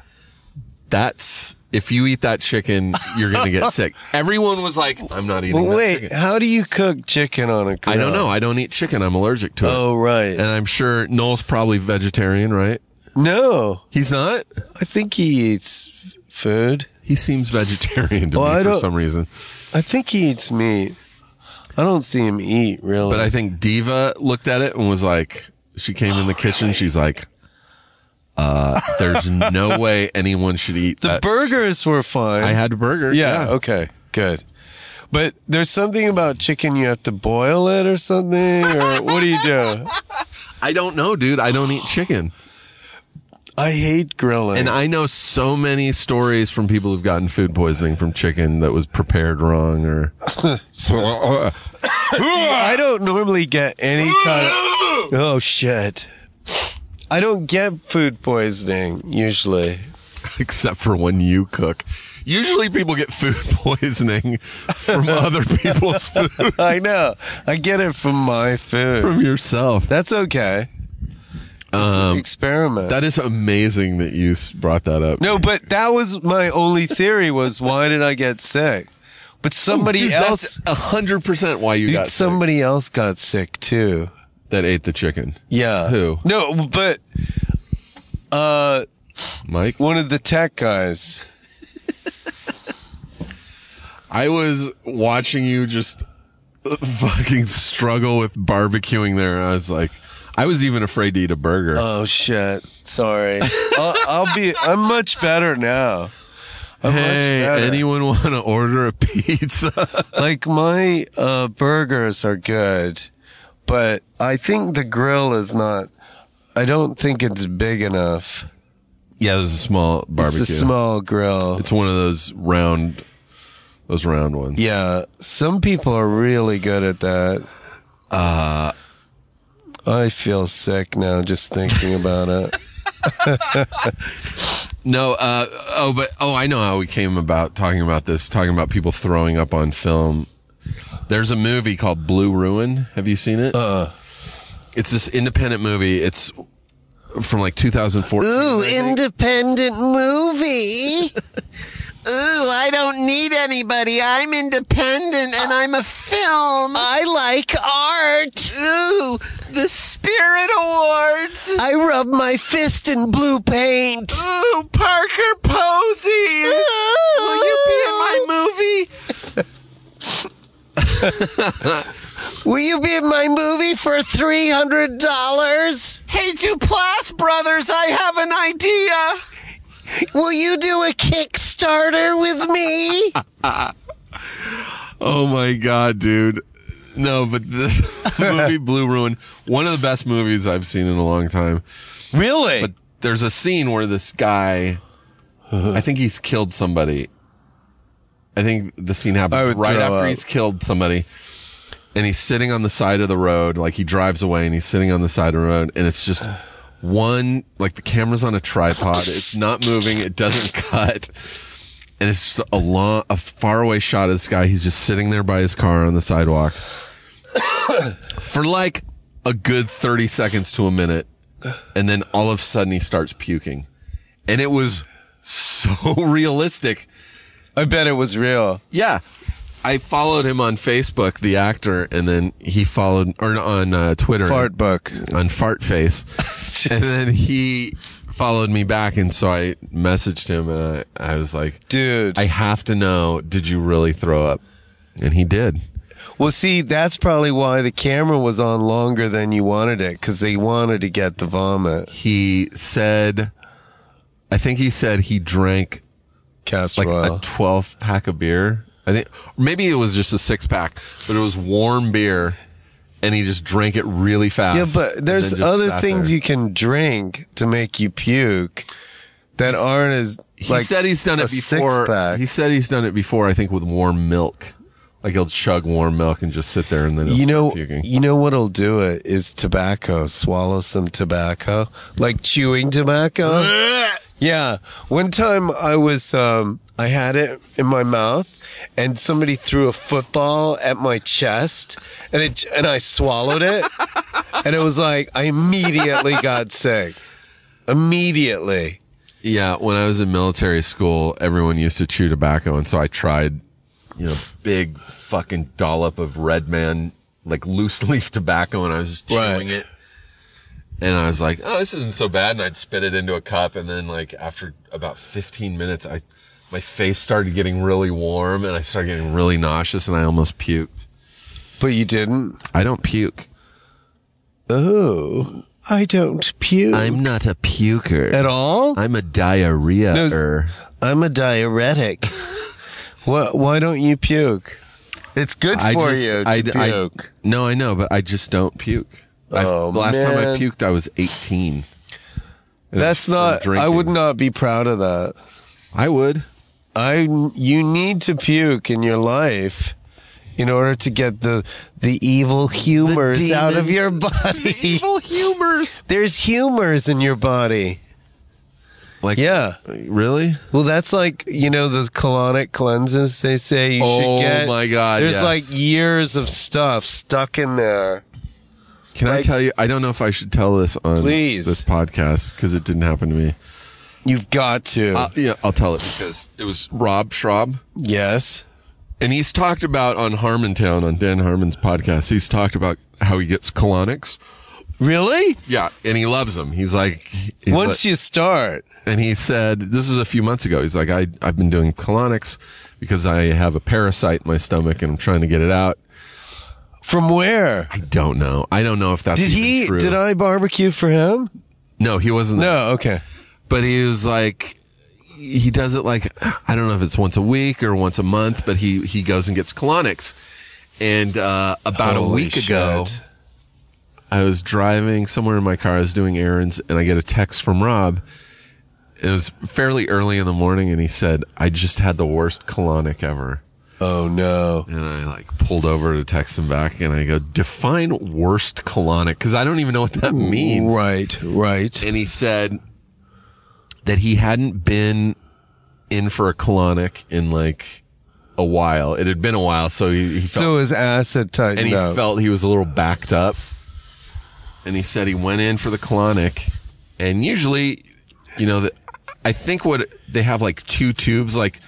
B: that's if you eat that chicken, you're gonna get
C: (laughs)
B: sick. Everyone was like, I'm not eating
C: But
B: that
C: wait,
B: chicken.
C: how do you cook chicken on a grill?
B: I don't know. I don't eat chicken. I'm allergic to it.
C: Oh right.
B: And I'm sure Noel's probably vegetarian, right?
C: no,
B: He's not?
C: I think he eats f- food.
B: He seems vegetarian to
C: Well, I
B: me for
C: don't-
B: some reason.
C: I think he eats meat. I don't see him eat really.
B: But I think Diva looked at it and was like, she came in the kitchen. She's like, uh, there's
C: (laughs)
B: no way anyone should eat
C: the
B: that.
C: burgers were fine.
B: Uh, I had a burger.
C: yeah, Okay. Good. But there's something about chicken you have to boil it or something. Or what do you
B: (laughs)
C: do?
B: I don't know, dude. I don't eat chicken.
C: I hate grilling.
B: And I know so many stories from people who've gotten food poisoning from chicken that was prepared wrong (laughs) or.
C: I don't normally get any
B: (laughs)
C: kind of. Oh shit! I don't get food poisoning usually.
B: (laughs) except for when you cook. Usually people get food (laughs) poisoning (laughs) from other people's food,
C: I know. I get it from my food.
B: from yourself.
C: That's okay. It's an experiment.
B: Um, That is amazing that you s- brought that up.
C: no, but that was my only theory was why did I get sick? But somebody
B: Oh, Dude,
C: else,
B: That's hundred percent why you
C: dude,
B: got sick
C: somebody else got sick too.
B: that ate the chicken,
C: Yeah.
B: Who?
C: No, but uh,
B: Mike.
C: one of the tech guys.
B: I was watching you just uh, fucking struggle with barbecuing there. and I was like, I was even afraid to eat a burger.
C: Oh shit! Sorry. (laughs) I'll, I'll be. I'm much better now. I'm
B: hey,
C: much better.
B: anyone (laughs) want to order a pizza? (laughs)
C: like my uh, burgers are good, but I think the grill is not. I don't think it's big enough.
B: yeah, there's a small barbecue.
C: It's a small grill.
B: It's one of those round, those round ones.
C: yeah, some people are really good at that. Uh, I feel sick now just thinking about it.
B: No. Uh, oh, but oh, I know how we came about talking about this. Talking about people throwing up on film. There's a movie called Blue Ruin. Have you seen it? Uh.
C: Uh-uh.
B: It's this independent movie. It's from like 2014.
C: independent
D: (laughs)
C: movie.
D: Ooh, I don't need anybody. I'm independent and I'm a film. I like art. Ooh, the Spirit Awards.
C: I rub my fist in blue paint.
D: Ooh, Parker Posey. Will you be in my
C: (laughs)
D: movie?
C: Will you be in my movie for $300?
D: Hey, Duplass Brothers, I have an idea.
C: Will you do a Kickstarter with me?
B: Oh my god, dude. No, but (laughs) this
C: (laughs)
B: movie Blue Ruin, one of the best movies I've seen in a long time.
C: (laughs) really?
B: But there's a scene where this guy, I think he's killed somebody. I think the scene
C: I
B: happens
C: would
B: right
C: throw
B: after
C: up.
B: he's killed somebody. And he's sitting on the side of the road, like he drives away and he's sitting on the side of the road. And it's just one, like the camera's on a tripod. It's not moving. It doesn't (laughs) cut. And it's just a long, a faraway shot of this guy. He's just sitting there by his car on the sidewalk. (coughs) for like a good 30 seconds to a minute. And then all of a sudden he starts puking. And it was so (laughs) realistic.
C: I bet it was real.
B: Yeah. I followed him on Facebook, the actor, and then he followed, or on uh, Twitter.
C: Fart book.
B: on fart face and then he followed me back and so i messaged him and I, I was like
C: (laughs) Dude.
B: i have to know did you really throw up and he did
C: Well, see, that's probably why the camera was on longer than you wanted it because they wanted to get the vomit.
B: he said i think he said he drank like
C: Castor
B: a
C: oil.
B: 12 pack of beer i think or maybe it was just a six pack but it was warm beer and he just drank it really fast
C: yeah, but
B: and
C: there's
B: then just
C: other
B: sat
C: things
B: there.
C: you can drink to make you puke that aren't as.
B: he
C: like,
B: said he's done
C: a
B: it before.
C: six-pack.
B: He said he's done it before. I think with warm milk, like he'll chug warm milk and just sit there and then he'll
C: you know,
B: start puking.
C: you know what'll do it is tobacco. Swallow some tobacco, like chewing tobacco. yeah, one time I was, um, I had it in my mouth, and somebody threw a football at my chest, and it, and I swallowed it, and it was like I immediately got sick, immediately.
B: yeah. When I was in military school, everyone used to chew tobacco, and so I tried, you know, big fucking dollop of Red Man, like loose (laughs) leaf tobacco, and I was just chewing
C: Right.
B: it. And I was like, "Oh, this isn't so bad," and I'd spit it into a cup, and then like after about 15 minutes, I. My face started getting really warm and I started getting really nauseous and I almost puked.
C: But you didn't.
B: I don't puke.
C: Oh, I don't puke
B: not a puker.
C: at all.
B: I'm a diarrhea.
C: I'm a diuretic. what? Why don't you puke? It's good for
B: I just-
C: you to
B: I- I-
C: puke.
B: no, I know, but I just don't puke. I-
C: Oh,
B: the last time I
C: man.
B: puked, I was 18. And
C: That's
B: it's from
C: not. I
B: drinking.
C: would not be proud of that.
B: I would.
C: I. You need to puke in your life. In order to get the the evil humors out of
B: demons. (laughs)
C: your body,
B: humors.
C: there's humors in your body.
B: Like
C: Yeah.
B: really?
C: Well, that's like you know the colonic cleanses they say you
B: Oh,
C: should get.
B: my God,
C: There's
B: yes.
C: like years of stuff stuck in there.
B: Can I
C: Like-
B: tell you? I don't know if I should tell this on
C: Please.
B: this podcast because it didn't happen to me.
C: You've got to.
B: Uh, yeah, I'll tell it because it was Rob Schraub.
C: yes.
B: And he's talked about on Harmontown, on Dan Harmon's podcast, he's talked about how he gets colonics.
C: Really?
B: Yeah, and he loves them. He's like, he's
C: Once
B: like-
C: you start,
B: and he said, this is a few months ago. He's like, I, I've been doing colonics because I have a parasite in my stomach and I'm trying to get it out.
C: from where?
B: I don't know. I don't know if that's
C: Did
B: even
C: he?
B: True.
C: Did I barbecue for him?
B: No, he wasn't. there.
C: No. Okay.
B: but he was like, he does it like I don't know if it's once a week or once a month, but he he goes and gets colonics. And uh, about a
C: Holy
B: week ago,
C: shit.
B: I was driving somewhere in my car. I was doing errands, and I get a text from Rob. It was fairly early in the morning, and he said, "I just had the worst colonic ever."
C: Oh no.
B: And I like pulled over to text him back, and I go, "Define worst colonic," because I don't even know what that means.
C: Right. Right.
B: And he said that he hadn't been in for a colonic in like a while. It had been a while, so he, he felt
C: So his acid tightened
B: and he
C: up.
B: felt he was a little backed up. And he said he went in for the colonic, and usually, you know, the, I think what they have like two tubes, like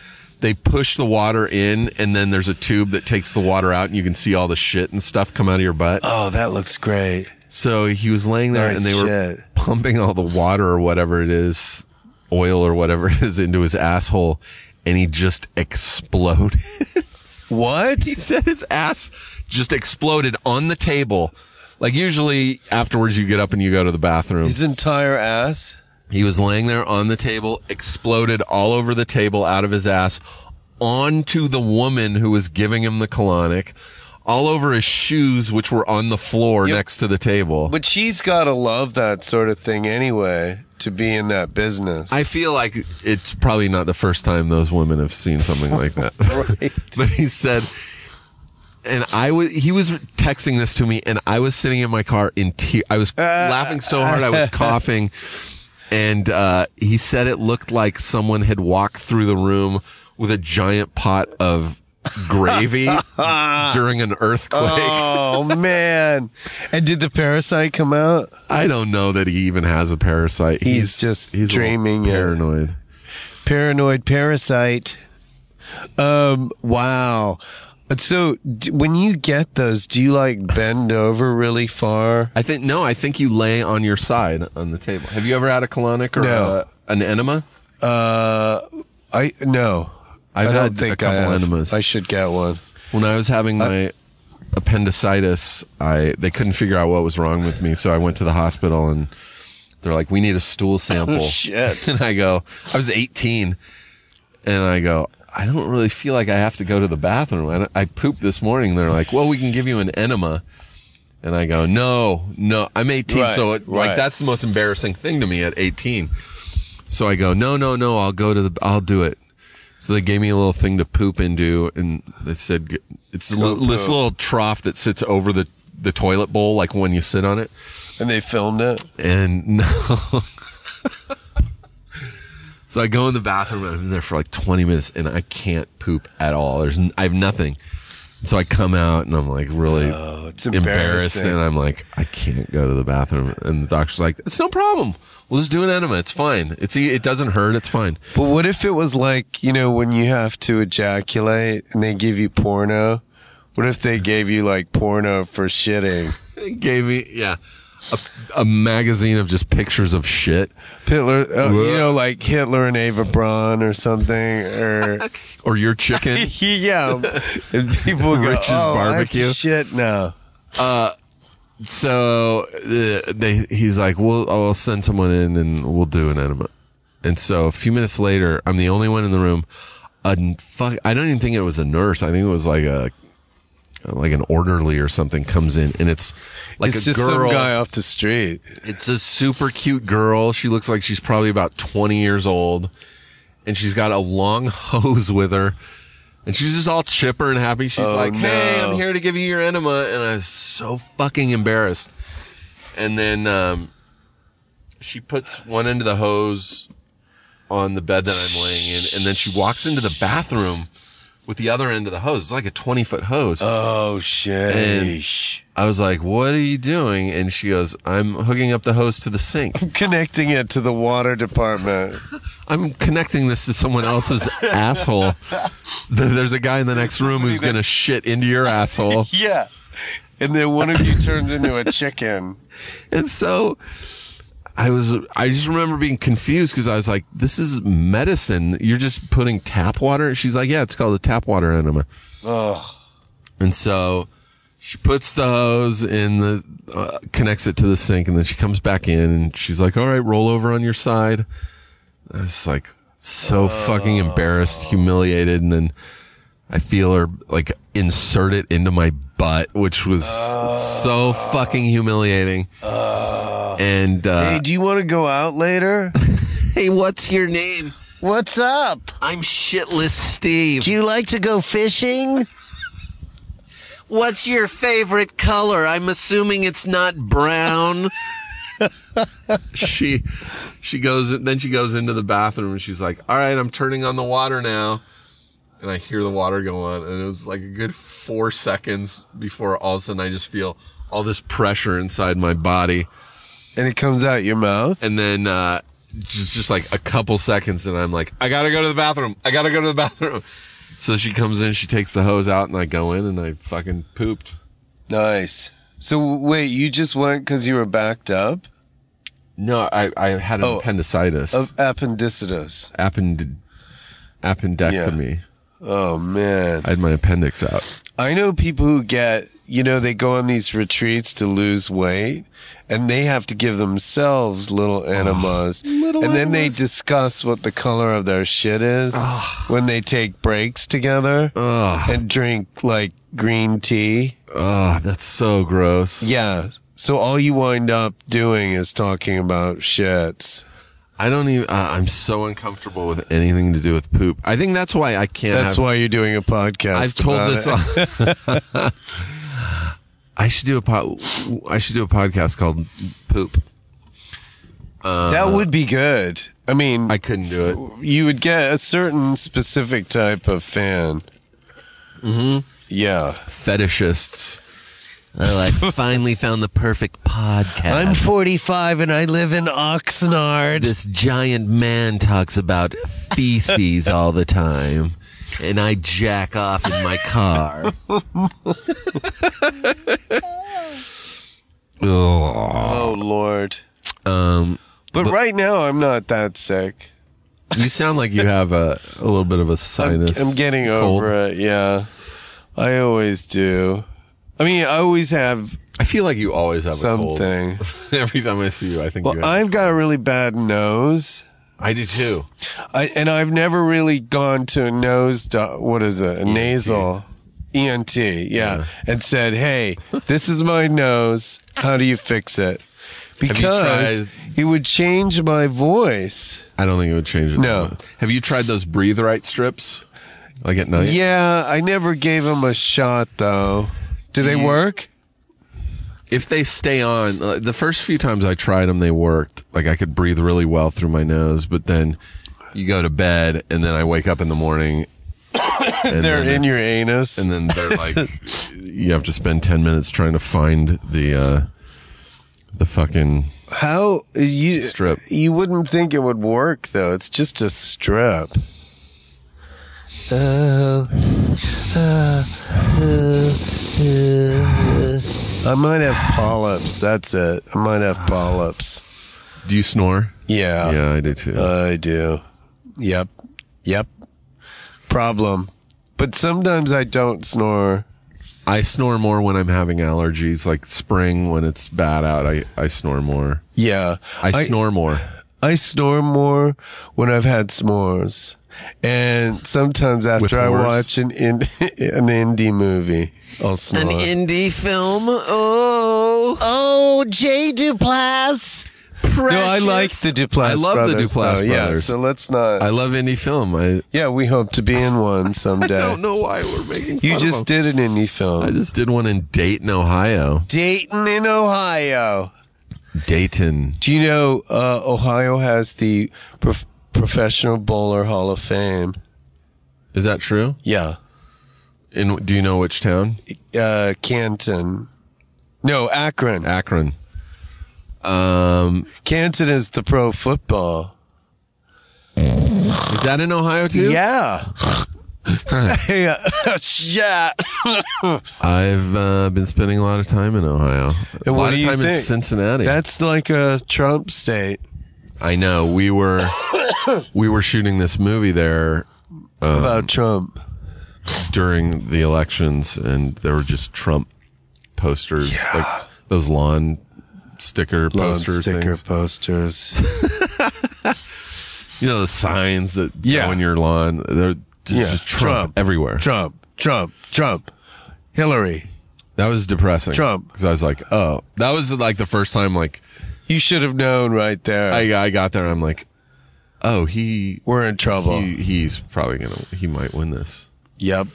B: they push the water in, and then there's a tube that takes the water out, and you can see all the shit and stuff come out of your butt.
C: oh, that looks great.
B: So he was laying there, and
C: Nice
B: they were
C: shit.
B: pumping all the water or whatever it is, oil or whatever (laughs) it is, into his asshole, and he just exploded. (laughs)
C: What?
B: he said his ass just exploded on the table. Like usually afterwards you get up and you go to the bathroom.
C: His entire ass?
B: He was laying there on the table, exploded all over the table out of his ass onto the woman who was giving him the colonic, all over his shoes which were on the floor next to the table.
C: But she's got to love that sort of thing anyway to be in that business.
B: I feel like it's probably not the first time those women have seen something like
C: (laughs)
B: that. (laughs) but he said, and I was he was texting this to me, and I was sitting in my car in tears. I was
C: Uh.
B: laughing so hard I
C: (laughs)
B: was coughing, and uh, he said it looked like someone had walked through the room with a giant pot of
C: (laughs)
B: gravy during an earthquake. (laughs)
C: Oh man! And did the parasite come out?
B: I don't know that he even has a parasite.
C: He's just
B: a little
C: dreaming it.
B: paranoid.
C: Paranoid parasite. Um. Wow. So d- when you get those, do you like bend over really far?
B: I think no. I think you lay on your side on the table. Have you ever had a colonic or
C: No.
B: uh, an enema?
C: I no.
B: I've
C: I
B: had
C: don't
B: a
C: think I
B: couple
C: have.
B: enemas.
C: I should get one.
B: When I was having my appendicitis, I they couldn't figure out what was wrong with me, so I went to the hospital and they're like, "We need a stool sample."
C: Oh, (laughs)
B: (laughs)
C: shit.
B: And I go, I was 18, and I go, I don't really feel like I have to go to the bathroom. I, I pooped this morning. They're like, "Well, we can give you an enema." And I go, no, no, I'm 18.
C: Right,
B: so it,
C: right.
B: like that's the most embarrassing thing to me at 18. So I go, no, no, no, I'll go to the, I'll do it. So they gave me a little thing to poop into, and they said "G- it's a li- this little trough that sits over the the toilet bowl, like when you sit on it.
C: And they filmed it.
B: And (laughs) no. so I go in the bathroom and I'm in there for like 20 minutes and I can't poop at all. There's n- I have nothing. So I come out and I'm like really
C: Uh. Oh, it's
B: embarrassed
C: embarrassing.
B: and I'm like I can't go to the bathroom and the doctor's like it's no problem. We'll just do an enema. It's fine. It's e- it doesn't hurt. It's fine.
C: But what if it was like, you know, when you have to ejaculate and they give you porno? What if they gave you like porno for shitting?
B: It gave me yeah a, a magazine of just pictures of shit
C: Hitler, uh, you know, like Hitler and Ava Braun or something, or
B: or your (laughs) chicken.
C: (laughs) yeah, and people go,
B: Rich's
C: oh, I have
B: barbecue."
C: to shit now.
B: so uh, they he's like, "Well, I'll send someone in and we'll do an enema." And so a few minutes later, I'm the only one in the room. A n- fuck, I don't even think it was a nurse. I think it was like a like an orderly or something comes in, and it's like
C: it's
B: a
C: just
B: girl.
C: some guy off the street.
B: It's a super cute girl. She looks like she's probably about 20 years old. And she's got a long (laughs) hose with her. And she's just all chipper and happy. She's
C: Oh,
B: like, hey,
C: no.
B: I'm here to give you your enema. And I was so fucking embarrassed. And then um, she puts one end of the hose on the bed that I'm laying in. And then she walks into the bathroom with the other end of the hose. It's like a 20 foot hose.
C: Oh shit!
B: I was like, what are you doing? And she goes, I'm hooking up the hose to the sink.
C: Connecting it to the water department.
B: I'm connecting this to someone else's asshole. Th- There's a guy in the next room who's going to shit into your asshole.
C: (laughs) yeah, and then one of you turns into a chicken.
B: And so I was, I just remember being confused because I was like, this is medicine. You're just putting tap water. She's like, yeah, it's called a tap water enema.
C: Ugh.
B: And so she puts the hose in the, uh, connects it to the sink and then she comes back in and she's like, all right, roll over on your side. I was like, so fucking embarrassed, humiliated. And then I feel her like insert it into my butt, which was so fucking humiliating. and, uh,
C: Hey, do you want to go out later?
D: Hey, what's your name?
C: What's up?
D: I'm Shitless Steve.
C: Do you like to go fishing?
D: What's your favorite color? I'm assuming it's not brown.
B: (laughs) she she goes then she goes into the bathroom and she's like all right i'm turning on the water now and i hear the water go on and it was like a good four seconds before all of a sudden i just feel all this pressure inside my body
C: And it comes out your mouth.
B: and then uh just just like a couple seconds and i'm like i gotta go to the bathroom i gotta go to the (laughs) bathroom so she comes in she takes the hose out and i go in and i fucking pooped
C: Nice. So wait, you just went because you were backed up
B: no i i had an
C: Oh.
B: appendicitis
C: of appendicitis.
B: append appendectomy
C: Oh man,
B: i had my appendix out
C: I know people who get you know they go on these retreats to lose weight, and they have to give themselves little enemas, and then they discuss what the color of their shit is when they take breaks together and drink like green tea.
B: Oh, that's so gross.
C: Yeah. So all you wind up doing is talking about shits.
B: I don't even. Uh, I'm so uncomfortable with anything to do with poop. I think that's why I can't.
C: That's
B: have,
C: why you're doing a podcast.
B: I've told
C: about
B: this.
C: it.
B: on- (laughs) I should do a po- I should do a podcast called Poop.
C: that would be good. I mean,
B: I couldn't do it.
C: you would get a certain specific type of fan.
B: Mm-hmm.
C: Yeah.
B: fetishists.
D: Oh, I finally found the perfect podcast.
C: I'm 45 and I live in Oxnard.
D: this giant man talks about feces all the time, and I jack off in my car.
B: Ugh.
C: Oh, Lord.
B: Um,
C: But, right now, I'm not that sick.
B: you sound like you have a, a little bit of a
C: I'm,
B: sinus.
C: I'm getting
B: cold.
C: over it. Yeah. I always do. I mean, I always have
B: I feel like you always have a
C: something.
B: cold. (laughs) Every time I see you, I think you
C: Well,
B: have,
C: I've got a really bad nose.
B: I do too.
C: I, and I've never really gone to a nose, do- what is it, a nasal ENT, E yeah, and said, hey, this is my nose. How do you fix it?
B: you
C: Because it would change my voice.
B: I don't think it would change it. that
C: No.
B: much. Have you tried those breathe right strips? Like at night?
C: Yeah, I never gave him a shot though. Do they work?
B: If they stay on, uh, the first few times I tried them, they worked. Like I could breathe really well through my nose, but then you go to bed and then I wake up in the
C: (coughs)
B: morning. And
C: They're
B: then it's-
C: in your anus.
B: and then
C: (laughs)
B: they're like you have to spend 10 minutes trying to find the uh the fucking
C: How you
B: Strip.
C: You wouldn't think it would work though. It's just a strip. I might have polyps. That's it. I might have polyps.
B: do you snore
C: Yeah.
B: yeah i do too
C: I do. Yep. Yep. Problem. But sometimes I don't snore.
B: i snore more when i'm having allergies like spring when it's bad out i i snore more
C: Yeah.
B: i, snore more
C: I snore more when I've had s'mores, and sometimes
B: With
C: after I
B: whores?
C: watch an in, (laughs) an indie movie, I'll snore.
D: An indie film. Oh, oh, Jay Duplass. Precious.
C: no, I like the Duplass.
B: I love the
C: brothers,
B: Duplass
C: though. Yeah,
B: brothers.
C: so let's not.
B: i love indie film i
C: yeah, we hope to be in
B: (laughs)
C: one someday.
B: don't know why we're making fun
C: You
B: of
C: just
B: them.
C: did an indie film.
B: i just did one in dayton ohio
C: Dayton in Ohio.
B: dayton
C: Do you know uh, Ohio has the prof- Professional Bowler Hall of Fame?
B: is that true
C: Yeah,
B: in do you know which town
C: uh, Canton. No, Akron.
B: akron um
C: Canton is the pro football.
B: is that in ohio too
C: Yeah. (laughs) yeah. yeah.
B: I've uh, been spending a lot of time in Ohio. A
C: what
B: lot
C: do
B: of
C: you
B: time in
C: think?
B: Cincinnati.
C: That's like a Trump state.
B: I know we were (coughs) we were shooting this movie there
C: about Trump.
B: during the elections, and there were just Trump posters, like those lawn sticker
C: Lawn
B: poster
C: sticker
B: things.
C: posters.
B: You know the signs that
C: Yeah.
B: go in your lawn. They're just,
C: Yeah,
B: just Trump,
C: Trump.
B: everywhere.
C: (laughs) Trump, Trump, Trump. Hillary.
B: That was depressing.
C: Trump.
B: because I was like, oh, that was like the first time. Like
C: You should have known right there.
B: I, I got there, and I'm like, oh, he,
C: We're in trouble.
B: he he's probably gonna he might win this.
C: yep.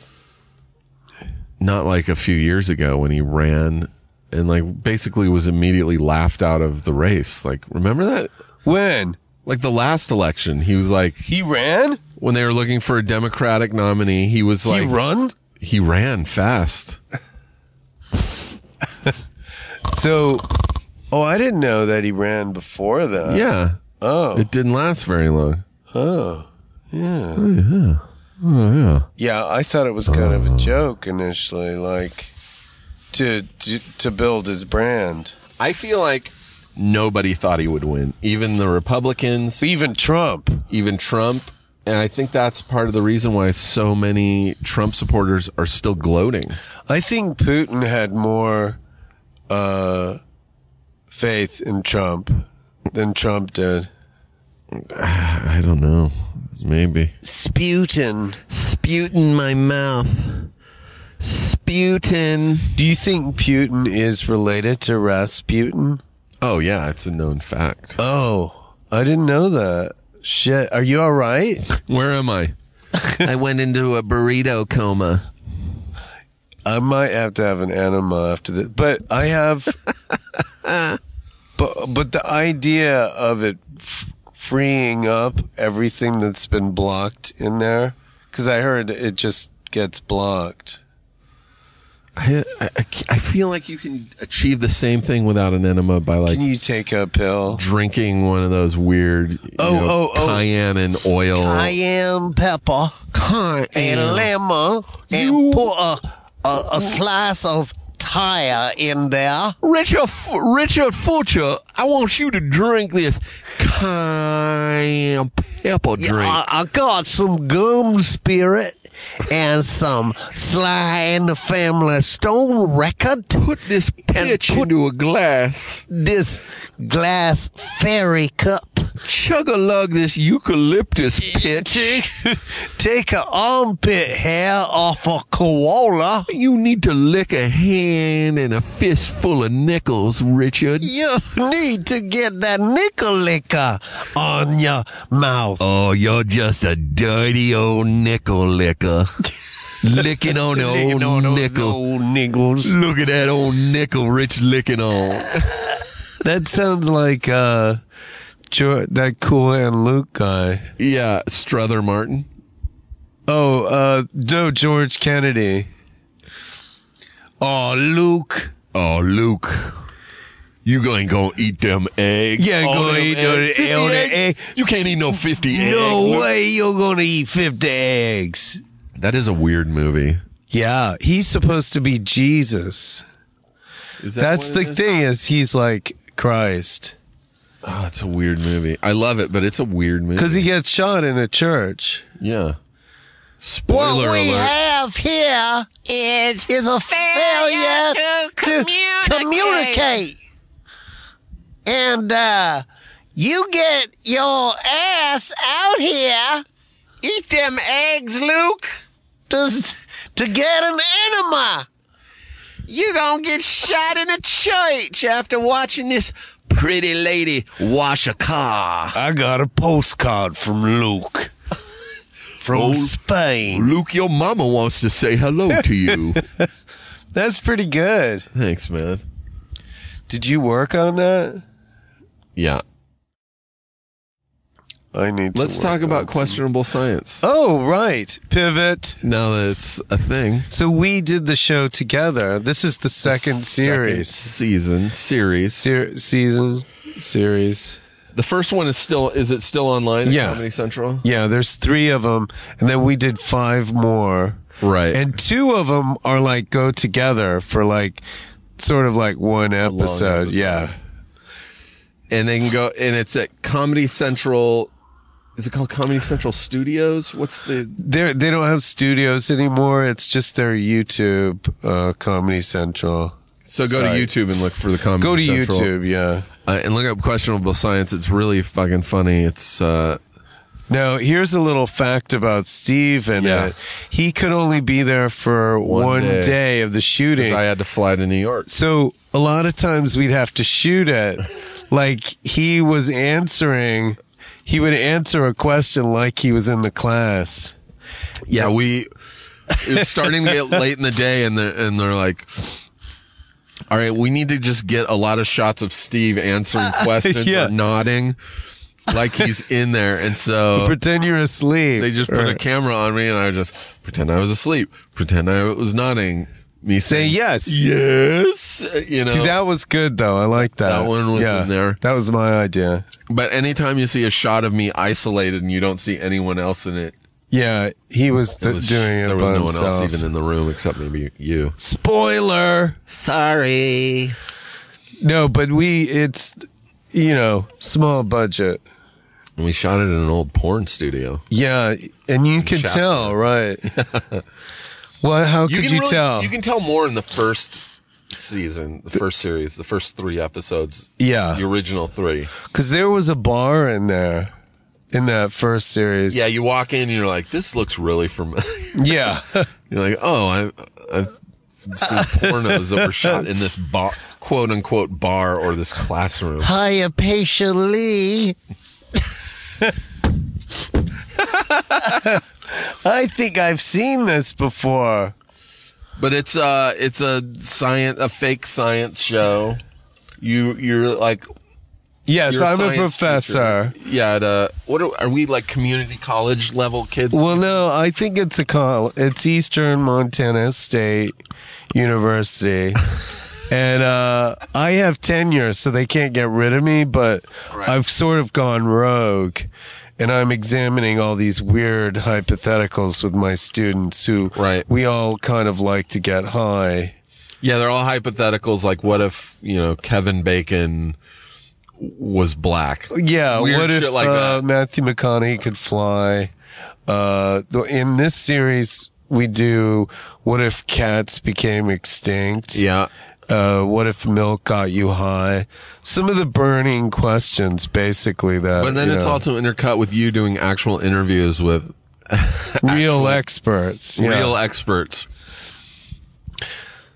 B: not like a few years ago when he ran and like basically was immediately laughed out of the race. Like remember that?
C: When?
B: Like the last election, he was like
C: He ran?
B: when they were looking for a Democratic nominee, he was like
C: he run?
B: he ran fast.
C: So, oh, I didn't know that he ran before that.
B: yeah.
C: Oh,
B: It didn't last very long.
C: oh. Yeah.
B: Oh yeah.
C: Yeah, I thought it was kind of a joke initially, like to, to to build his brand.
B: I feel like nobody thought he would win. Even the Republicans,
C: Even Trump.
B: even Trump. And I think that's part of the reason why so many Trump supporters are still gloating.
C: I think Putin had more uh, faith in Trump than Trump did.
B: I don't know. Maybe.
C: Sputin.
D: Sputin my mouth. Sputin.
C: Do you think Putin is related to Rasputin?
B: Oh yeah, it's a known fact.
C: Oh, I didn't know that. Shit, are you all right?
B: Where am I?
D: (laughs) I went into a burrito coma.
C: I might have to have an enema after this, but I have. but but the idea of it f- freeing up everything that's been blocked in there, because I heard it just gets blocked.
B: I, I, I ca- I feel like you can achieve the same thing without an enema by like
C: Can you take a pill?
B: drinking one of those weird you
C: Oh,
B: know,
C: oh, oh.
B: cayenne and oil.
D: I am pepper and lemon and put a, a, a slice of tire in there.
B: Richard, F- Richard Fulcher, I want you to drink this cayenne pepper drink.
D: I, I got some gum spirit and some Sly and the Family Stone record.
B: put this pitch into a glass.
D: This glass fairy cup.
B: Chug a lug this eucalyptus pitch.
D: Take, (laughs) take a armpit hair off a koala.
B: You need to lick a hand and a fistful of nickels, Richard.
D: You need to get that nickel liquor on your mouth.
B: Oh, you're just a dirty old nickel (laughs) licker. licking on the old nickel.
C: Old niggles.
B: Look at that old nickel Rich licking on.
C: That sounds like uh, Geor that cool and Luke guy.
B: yeah, Struther Martin.
C: Oh, uh, no, George Kennedy. Oh, Luke.
B: Oh, Luke. You going gonna eat them eggs?
C: Yeah,
B: All
C: gonna
B: them
C: eat no-
B: eggs. 50
C: all the
B: eggs?
C: egg.
B: You can't eat no 50 eggs.
C: No
B: Luke.
C: way you're gonna eat 50 eggs.
B: That is a weird movie.
C: Yeah, he's supposed to be Jesus.
B: Is that
C: That's
B: what
C: the
B: it is?
C: thing is he's like Christ.
B: Oh, it's a weird movie. I love it, but it's a weird movie.
C: Because he gets shot in a church.
B: yeah.
D: What
B: Spoiler
D: we
B: alert.
D: have here is, is a failure, to, communicate. And uh, you get your ass out here. Eat them eggs, Luke. To, to get an enema.
E: You're gonna get shot in a church after watching this pretty lady wash a car.
C: I got a postcard from Luke. From Spain.
B: Luke, your mama wants to say hello to (laughs) you.
C: That's pretty good.
B: Thanks, man.
C: Did you work on that?
B: Yeah.
C: I need to.
B: Let's
C: work
B: talk
C: on
B: about
C: some-
B: questionable science.
C: Oh, right. Pivot.
B: Now that it's a thing.
C: So we did the show together. This is the second series.
B: season, series.
C: Ser- season series.
B: The first one is still. Is it still online? At
C: Yeah.
B: Comedy Central.
C: Yeah, there's 3 of them and then we did 5 more.
B: Right.
C: And two of them are like go together for like sort of like one episode.
B: episode.
C: Yeah.
B: and they can go. And it's at Comedy Central. Is it called Comedy Central Studios? What's the?
C: They they don't have studios anymore. It's just their YouTube uh Comedy Central.
B: So go
C: Sorry.
B: to YouTube and look for the Comedy.
C: Go to
B: Mm-hmm. Central.
C: YouTube, yeah.
B: uh, and look up questionable science. It's really fucking funny. It's uh,
C: Now, here's a little fact about Steve and
B: Yeah.
C: it. He could only be there for one,
B: day.
C: day. of the shooting.
B: I had to fly to New York.
C: so a lot of times we'd have to shoot it. like he was answering, he would answer a question like he was in the class.
B: Yeah, we (laughs) it was starting to get late in the day, and they're and they're like, "All right, we need to just get a lot of shots of Steve
C: (laughs)
B: answering questions
C: yeah.
B: or nodding, like he's in there." And so
C: (laughs) Pretend you're asleep.
B: they just put a
C: Or
B: camera on me, and I just pretend I was asleep, pretend I was nodding, me
C: say
B: saying
C: yes.
B: yes, uh, you know.
C: See, that was good though. I like that.
B: That one was
C: yeah,
B: in there.
C: That was my idea.
B: but anytime you see a shot of me isolated and you don't see anyone else in it,
C: Yeah, he was, th-
B: it was-
C: doing it
B: there was
C: by
B: no one
C: himself.
B: else even in the room except maybe you.
C: Spoiler.
E: Sorry.
C: No, but we it's you know, small budget.
B: And we shot it in an old porn studio.
C: Yeah, and you can
B: Chapter.
C: tell,
B: (laughs)
C: right? well, how could
B: can
C: you
B: really-
C: tell?
B: You can tell more in the first season, the first series, the first three episodes.
C: Yeah.
B: the original three.
C: Cuz there was a bar in there in that first series.
B: Yeah, you walk in, you're like, this looks really familiar. (laughs)
C: Yeah. (laughs)
B: You're like, oh, I, I've seen pornos that were shot in this bar, quote unquote bar, or this classroom.
D: Hiya, patiently.
C: (laughs) I think I've seen this before.
B: But it's a it's a science, a fake science show. You you're like
C: Yes,
B: You're
C: I'm a
B: science
C: professor.
B: teacher. Yeah, at uh, what are, are we like community college level kids?
C: Well, no, I think it's a call. It's Eastern Montana State
B: (laughs)
C: University. and uh, I have tenure, so they can't get rid of me, but
B: Right.
C: I've sort of gone rogue. And I'm examining all these weird hypotheticals with my students who
B: Right.
C: we all kind of like to get high.
B: yeah, they're all hypotheticals. Like, what if you know Kevin Bacon was black?
C: Yeah,
B: Weird
C: what if
B: shit like
C: uh,
B: that.
C: Matthew McConaughey could fly? Uh, th- in this series, we do what if cats became extinct?
B: Yeah,
C: Uh, what if milk got you high? Some of the burning questions, basically. That,
B: but then
C: you
B: it's
C: know,
B: also intercut with you doing actual interviews with
C: real experts. yeah.
B: real e- experts.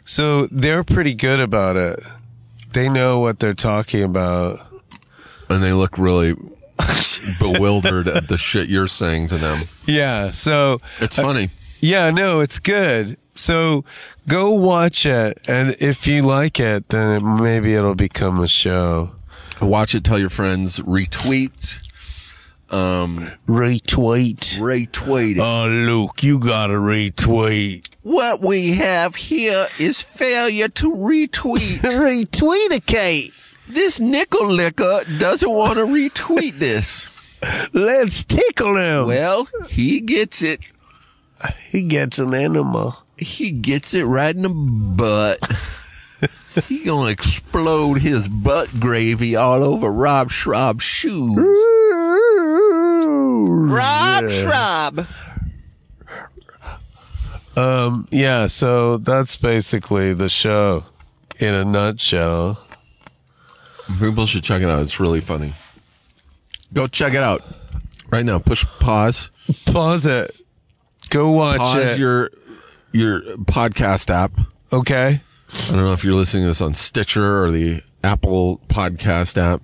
C: so they're pretty good about it. They know what they're talking about.
B: and they look
C: (laughs)
B: really bewildered at the shit you're saying to them.
C: Yeah. So
B: It's funny.
C: Yeah, no, it's good. So go watch it, and if you like it, then it, maybe it'll become a show.
B: Watch it, tell your friends, retweet,
C: Retweet.
E: Retweet it.
C: Oh, Luke, you gotta retweet.
E: What we have here is failure to
D: (laughs)
E: retweet.
C: Retweet a Kate.
E: this nickel licker doesn't want to retweet this.
C: Let's tickle him.
D: Oh.
E: Well, he gets it.
C: he gets an enema.
E: He gets it right in the
B: (laughs)
E: butt. he gonna explode his butt gravy all over Rob Schraub's shoes.
C: Rob
E: Schraub.
C: Um, yeah, so that's basically the show in a nutshell.
B: people should check it out. It's really funny. Go check it out right now. Push pause.
C: Pause it. Go watch
B: Pause
C: it.
B: your your podcast app.
C: okay.
B: I don't know if you're listening to this on Stitcher or the Apple Podcast app.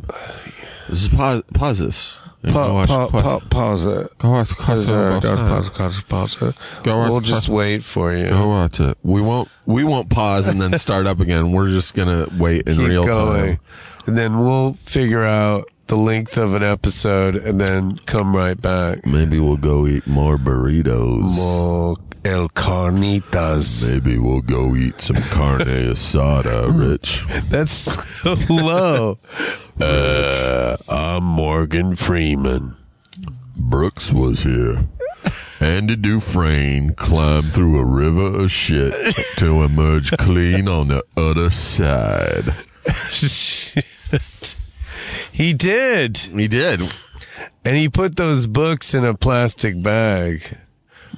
B: This is pause. Pause this. And go
C: Pa-
B: watch-
C: pa-
B: pause-
C: pa- pause it.
B: go watch- pause-
C: Uh, go
B: pause-
C: pause, pause, pause it.
B: Go watch-
C: We'll just
B: pause-
C: wait for you.
B: Go watch it. We won't. We won't pause and then start up again. We're just gonna wait in
C: Keep
B: real
C: going.
B: time.
C: And then we'll figure out the length of an episode and then come right back.
B: Maybe we'll go eat more burritos.
C: Oh, El Carnitas.
B: Maybe we'll go eat some carne (laughs) asada, Rich.
C: That's (laughs) so low. uh, I'm Morgan Freeman.
B: Brooks was here. Andy Dufresne climbed through a river of shit to emerge clean on the other side.
C: (laughs) he did.
B: He did.
C: And he put those books in a plastic bag.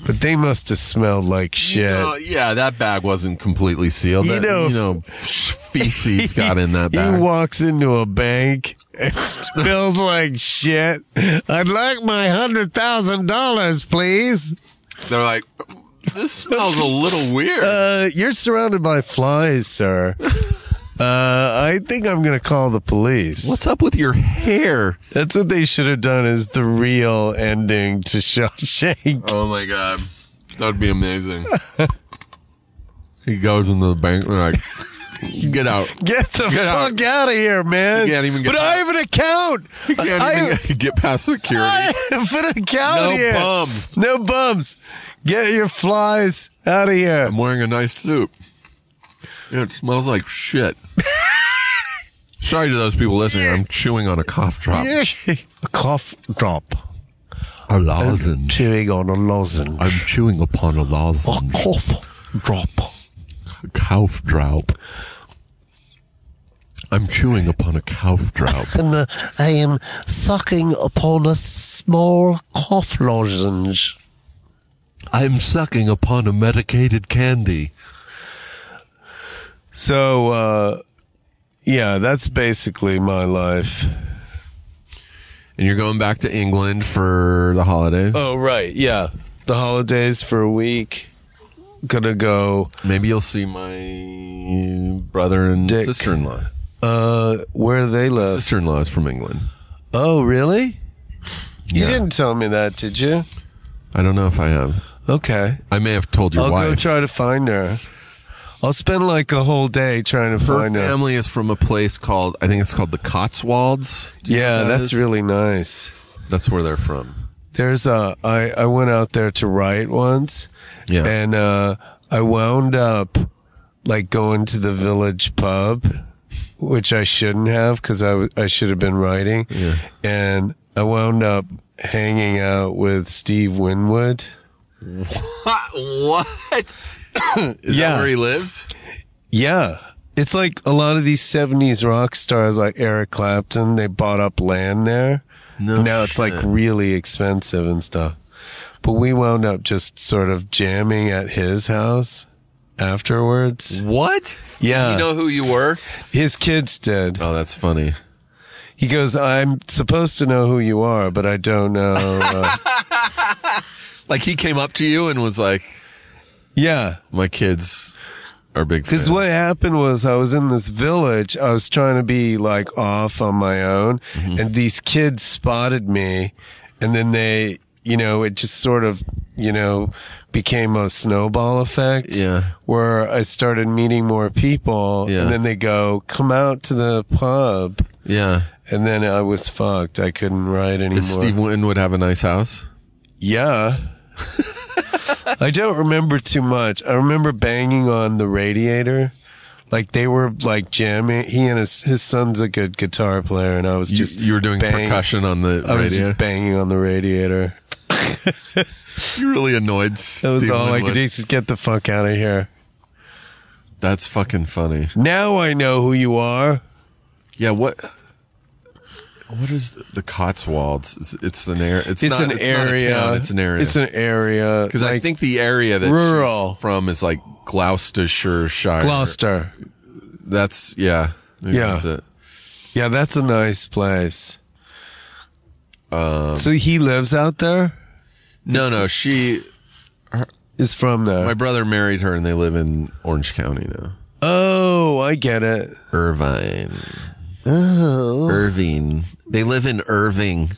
C: But they must have smelled like shit.
B: Oh, yeah, that bag wasn't completely sealed.
C: You
B: That-
C: know-
B: you know,
D: (laughs)
B: feces got in that
C: He
B: bag.
C: walks into a bank and (laughs) smells like shit. I'd like my hundred thousand dollars, please.
B: They're like, this smells a little weird.
C: Uh, you're surrounded by flies, (laughs) sir. Uh, I think I'm gonna call the police.
B: What's up with your hair?
C: That's what they should have done. Is the real ending to Shawshank? (laughs)
B: Oh my god, that'd be (laughs) amazing. he goes into the bank and like, get out.
C: Get the
B: Get out.
C: fuck out of here, man!
B: You can't even get
C: but I have an account.
B: Can't
C: I,
B: even get- get past security.
C: I have an account
B: No
C: here.
B: bums.
C: No bums. Get your flies out of here.
B: I'm wearing a nice suit. Yeah, it smells like shit. Sorry to those people listening. I'm chewing on a cough drop.
C: (laughs) a cough drop.
B: A lozenge.
C: Chewing on a lozenge.
B: I'm chewing upon a lozenge.
C: cough drop.
B: Cough drop. I'm chewing upon a cough drop.
C: And uh, I am sucking upon a small cough lozenge.
B: I'm sucking upon a medicated candy.
C: So, uh, yeah, that's basically my life.
B: And you're going back to England for the holidays.
C: Oh, right. Yeah. The holidays for a week. Gonna go.
B: Maybe you'll see my brother and
C: Dick.
B: sister-in-law.
C: Uh, where they live?
B: Sister-in-law is from England.
C: Oh, really? You
B: Yeah.
C: didn't tell me that, did you?
B: I don't know if I have.
C: Okay.
B: I may have told your
C: I'll go
B: wife.
C: try to find her. I'll spend like a whole day trying to
B: Her
C: find out.
B: family is from a place called, I think it's called the Cotswolds. Do you know
C: Yeah,
B: what that
C: that's
B: is?
C: really nice.
B: That's where they're from.
C: There's a I I went out there to write once,
B: Yeah.
C: and uh, I wound up like going to the village pub, which I shouldn't have because I w- I should have been writing,
B: Yeah.
C: and I wound up hanging out with Steve Winwood.
B: what? is
C: Yeah.
B: that where he lives?
C: Yeah. It's like a lot of these 70s rock stars like Eric Clapton, they bought up land there.
B: No
C: now it's like
B: shit.
C: really expensive and stuff. But we wound up just sort of jamming at his house afterwards.
B: What?
C: Yeah.
B: You know who you were?
C: His kids did.
B: Oh, that's funny.
C: He goes, I'm supposed to know who you are, but I don't know.
B: (laughs)
C: Uh,
B: Like he came up to you and was like,
C: yeah.
B: "My kids are big."
C: Because
B: fans."
C: what happened was I was in this village. I was trying to be like off on my own,
B: Mm-hmm.
C: and these kids spotted me, and then they, you know, it just sort of, you know, became a snowball effect.
B: Yeah.
C: Where I started meeting more people,
B: Yeah.
C: and then they go, "Come out to the pub,"
B: Yeah.
C: and then I was fucked. I couldn't write anymore.
B: Does Steve Winwood have a nice house?
C: Yeah. I don't remember too much. I remember banging on the radiator. Like they were like jamming. He and his his son's a good guitar player, and I was
B: You-
C: just
B: you, were doing
C: bang-
B: percussion on the
C: I was
B: radio.
C: just banging on the radiator.
B: you really annoyed.
C: That was all I could do. Just get the fuck out of here.
B: That's fucking funny.
C: Now I know who you are.
B: Yeah. What? What is the, the Cotswolds? It's, it's an area. It's,
C: It's
B: not-
C: an
B: it's not a
C: area.
B: town, it's an area.
C: It's an area.
B: because I think the area that she's
C: rural.
B: from is like Gloucestershire.
C: Gloucester.
B: That's yeah. Maybe
C: Yeah.
B: That's it.
C: Yeah, that's a nice place.
B: Um,
C: so he lives out there.
B: No, no. She.
C: Is from there.
B: My brother married her, and they live in Orange County now.
C: Oh, I get it.
B: Irvine. Irving. They live in Irving.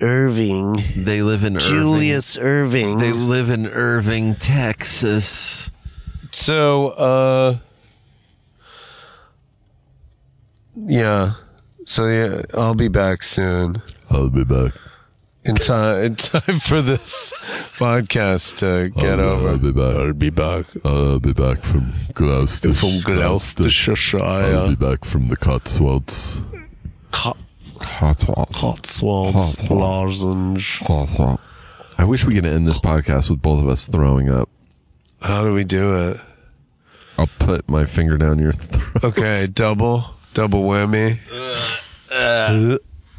D: Irving.
B: They live in
D: Julius Irving.
B: Irving. They live in Irving, Texas.
C: So, uh, yeah. So yeah, I'll be back soon
B: I'll be back.
C: in time in time for this (laughs) podcast to get over.
B: be back. I'll uh, be back. I'll be back from Gloucester.
C: From Gloucestershire,
B: back from the Cotswolds. Cotswolds.
C: Cotswolds, Larsen's.
B: Cotswolds. I wish we could end this podcast with both of us throwing up.
C: How do we do it?
B: I'll put my finger down your throat.
C: Okay,
B: (laughs)
C: double, double whammy.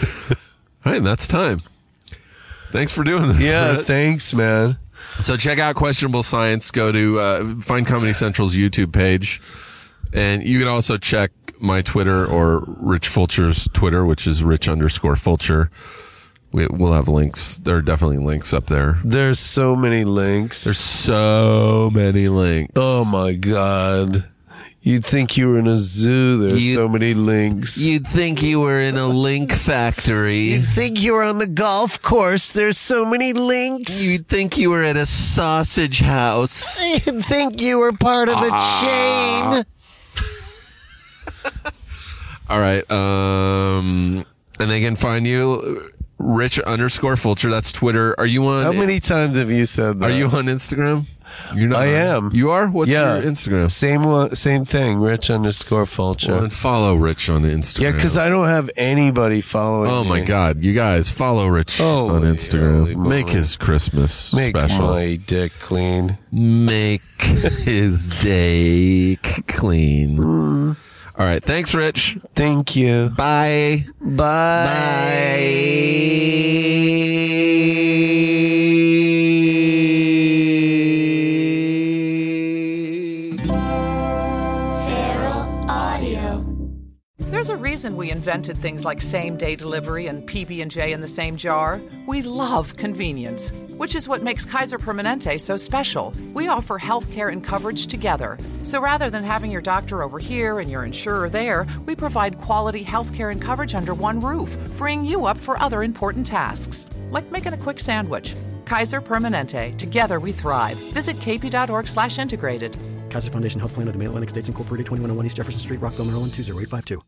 B: All right, and that's time. Thanks for doing this.
C: Yeah,
B: Brett.
C: thanks, man.
B: So check out Questionable Science. Go to uh, find Comedy Central's YouTube page, and you can also check my Twitter or Rich Fulcher's Twitter, which is Rich underscore Fulcher. We, we'll have links. There are definitely links up there.
C: There's so many links.
B: There's so many links.
C: Oh my god. You'd think you were in a zoo. There's
D: You-
C: so many links.
D: You'd think you were in a link factory. You'd think you were on the golf course. There's so many links. You'd think you were at a sausage house. (laughs) Ah. You'd think you were part of a chain.
B: All right. Um, and they can find you Rich underscore Fulcher. That's Twitter. Are you on?
C: How many times have you said that?
B: Are you on Instagram? You're not.
C: I
B: on-
C: am.
B: You are. What's
C: Yeah.
B: your Instagram?
C: Same one, same thing. Rich underscore Fulcher.
B: Well, then follow Rich on Instagram.
C: yeah, because I don't have anybody following.
B: Oh my
C: me.
B: God, you guys follow Rich on
C: Holy
B: Instagram.
C: holy moly.
B: Make his Christmas
C: Make
B: special.
C: my dick clean.
B: Make
C: (laughs)
B: his day c- clean. All right, thanks, Rich.
C: Thank you.
B: Bye.
C: Bye.
D: Bye.
F: reason we invented things like same-day delivery and PB&J in the same jar. We love convenience, which is what makes Kaiser Permanente so special. We offer health care and coverage together. So rather than having your doctor over here and your insurer there, we provide quality health care and coverage under one roof, freeing you up for other important tasks, like making a quick sandwich. Kaiser Permanente. Together we thrive. Visit kp.org slash integrated.
G: Kaiser Foundation Health Plan of the Mid Atlantic States Incorporated, 2101 East Jefferson Street, Rockville, Maryland, 20852.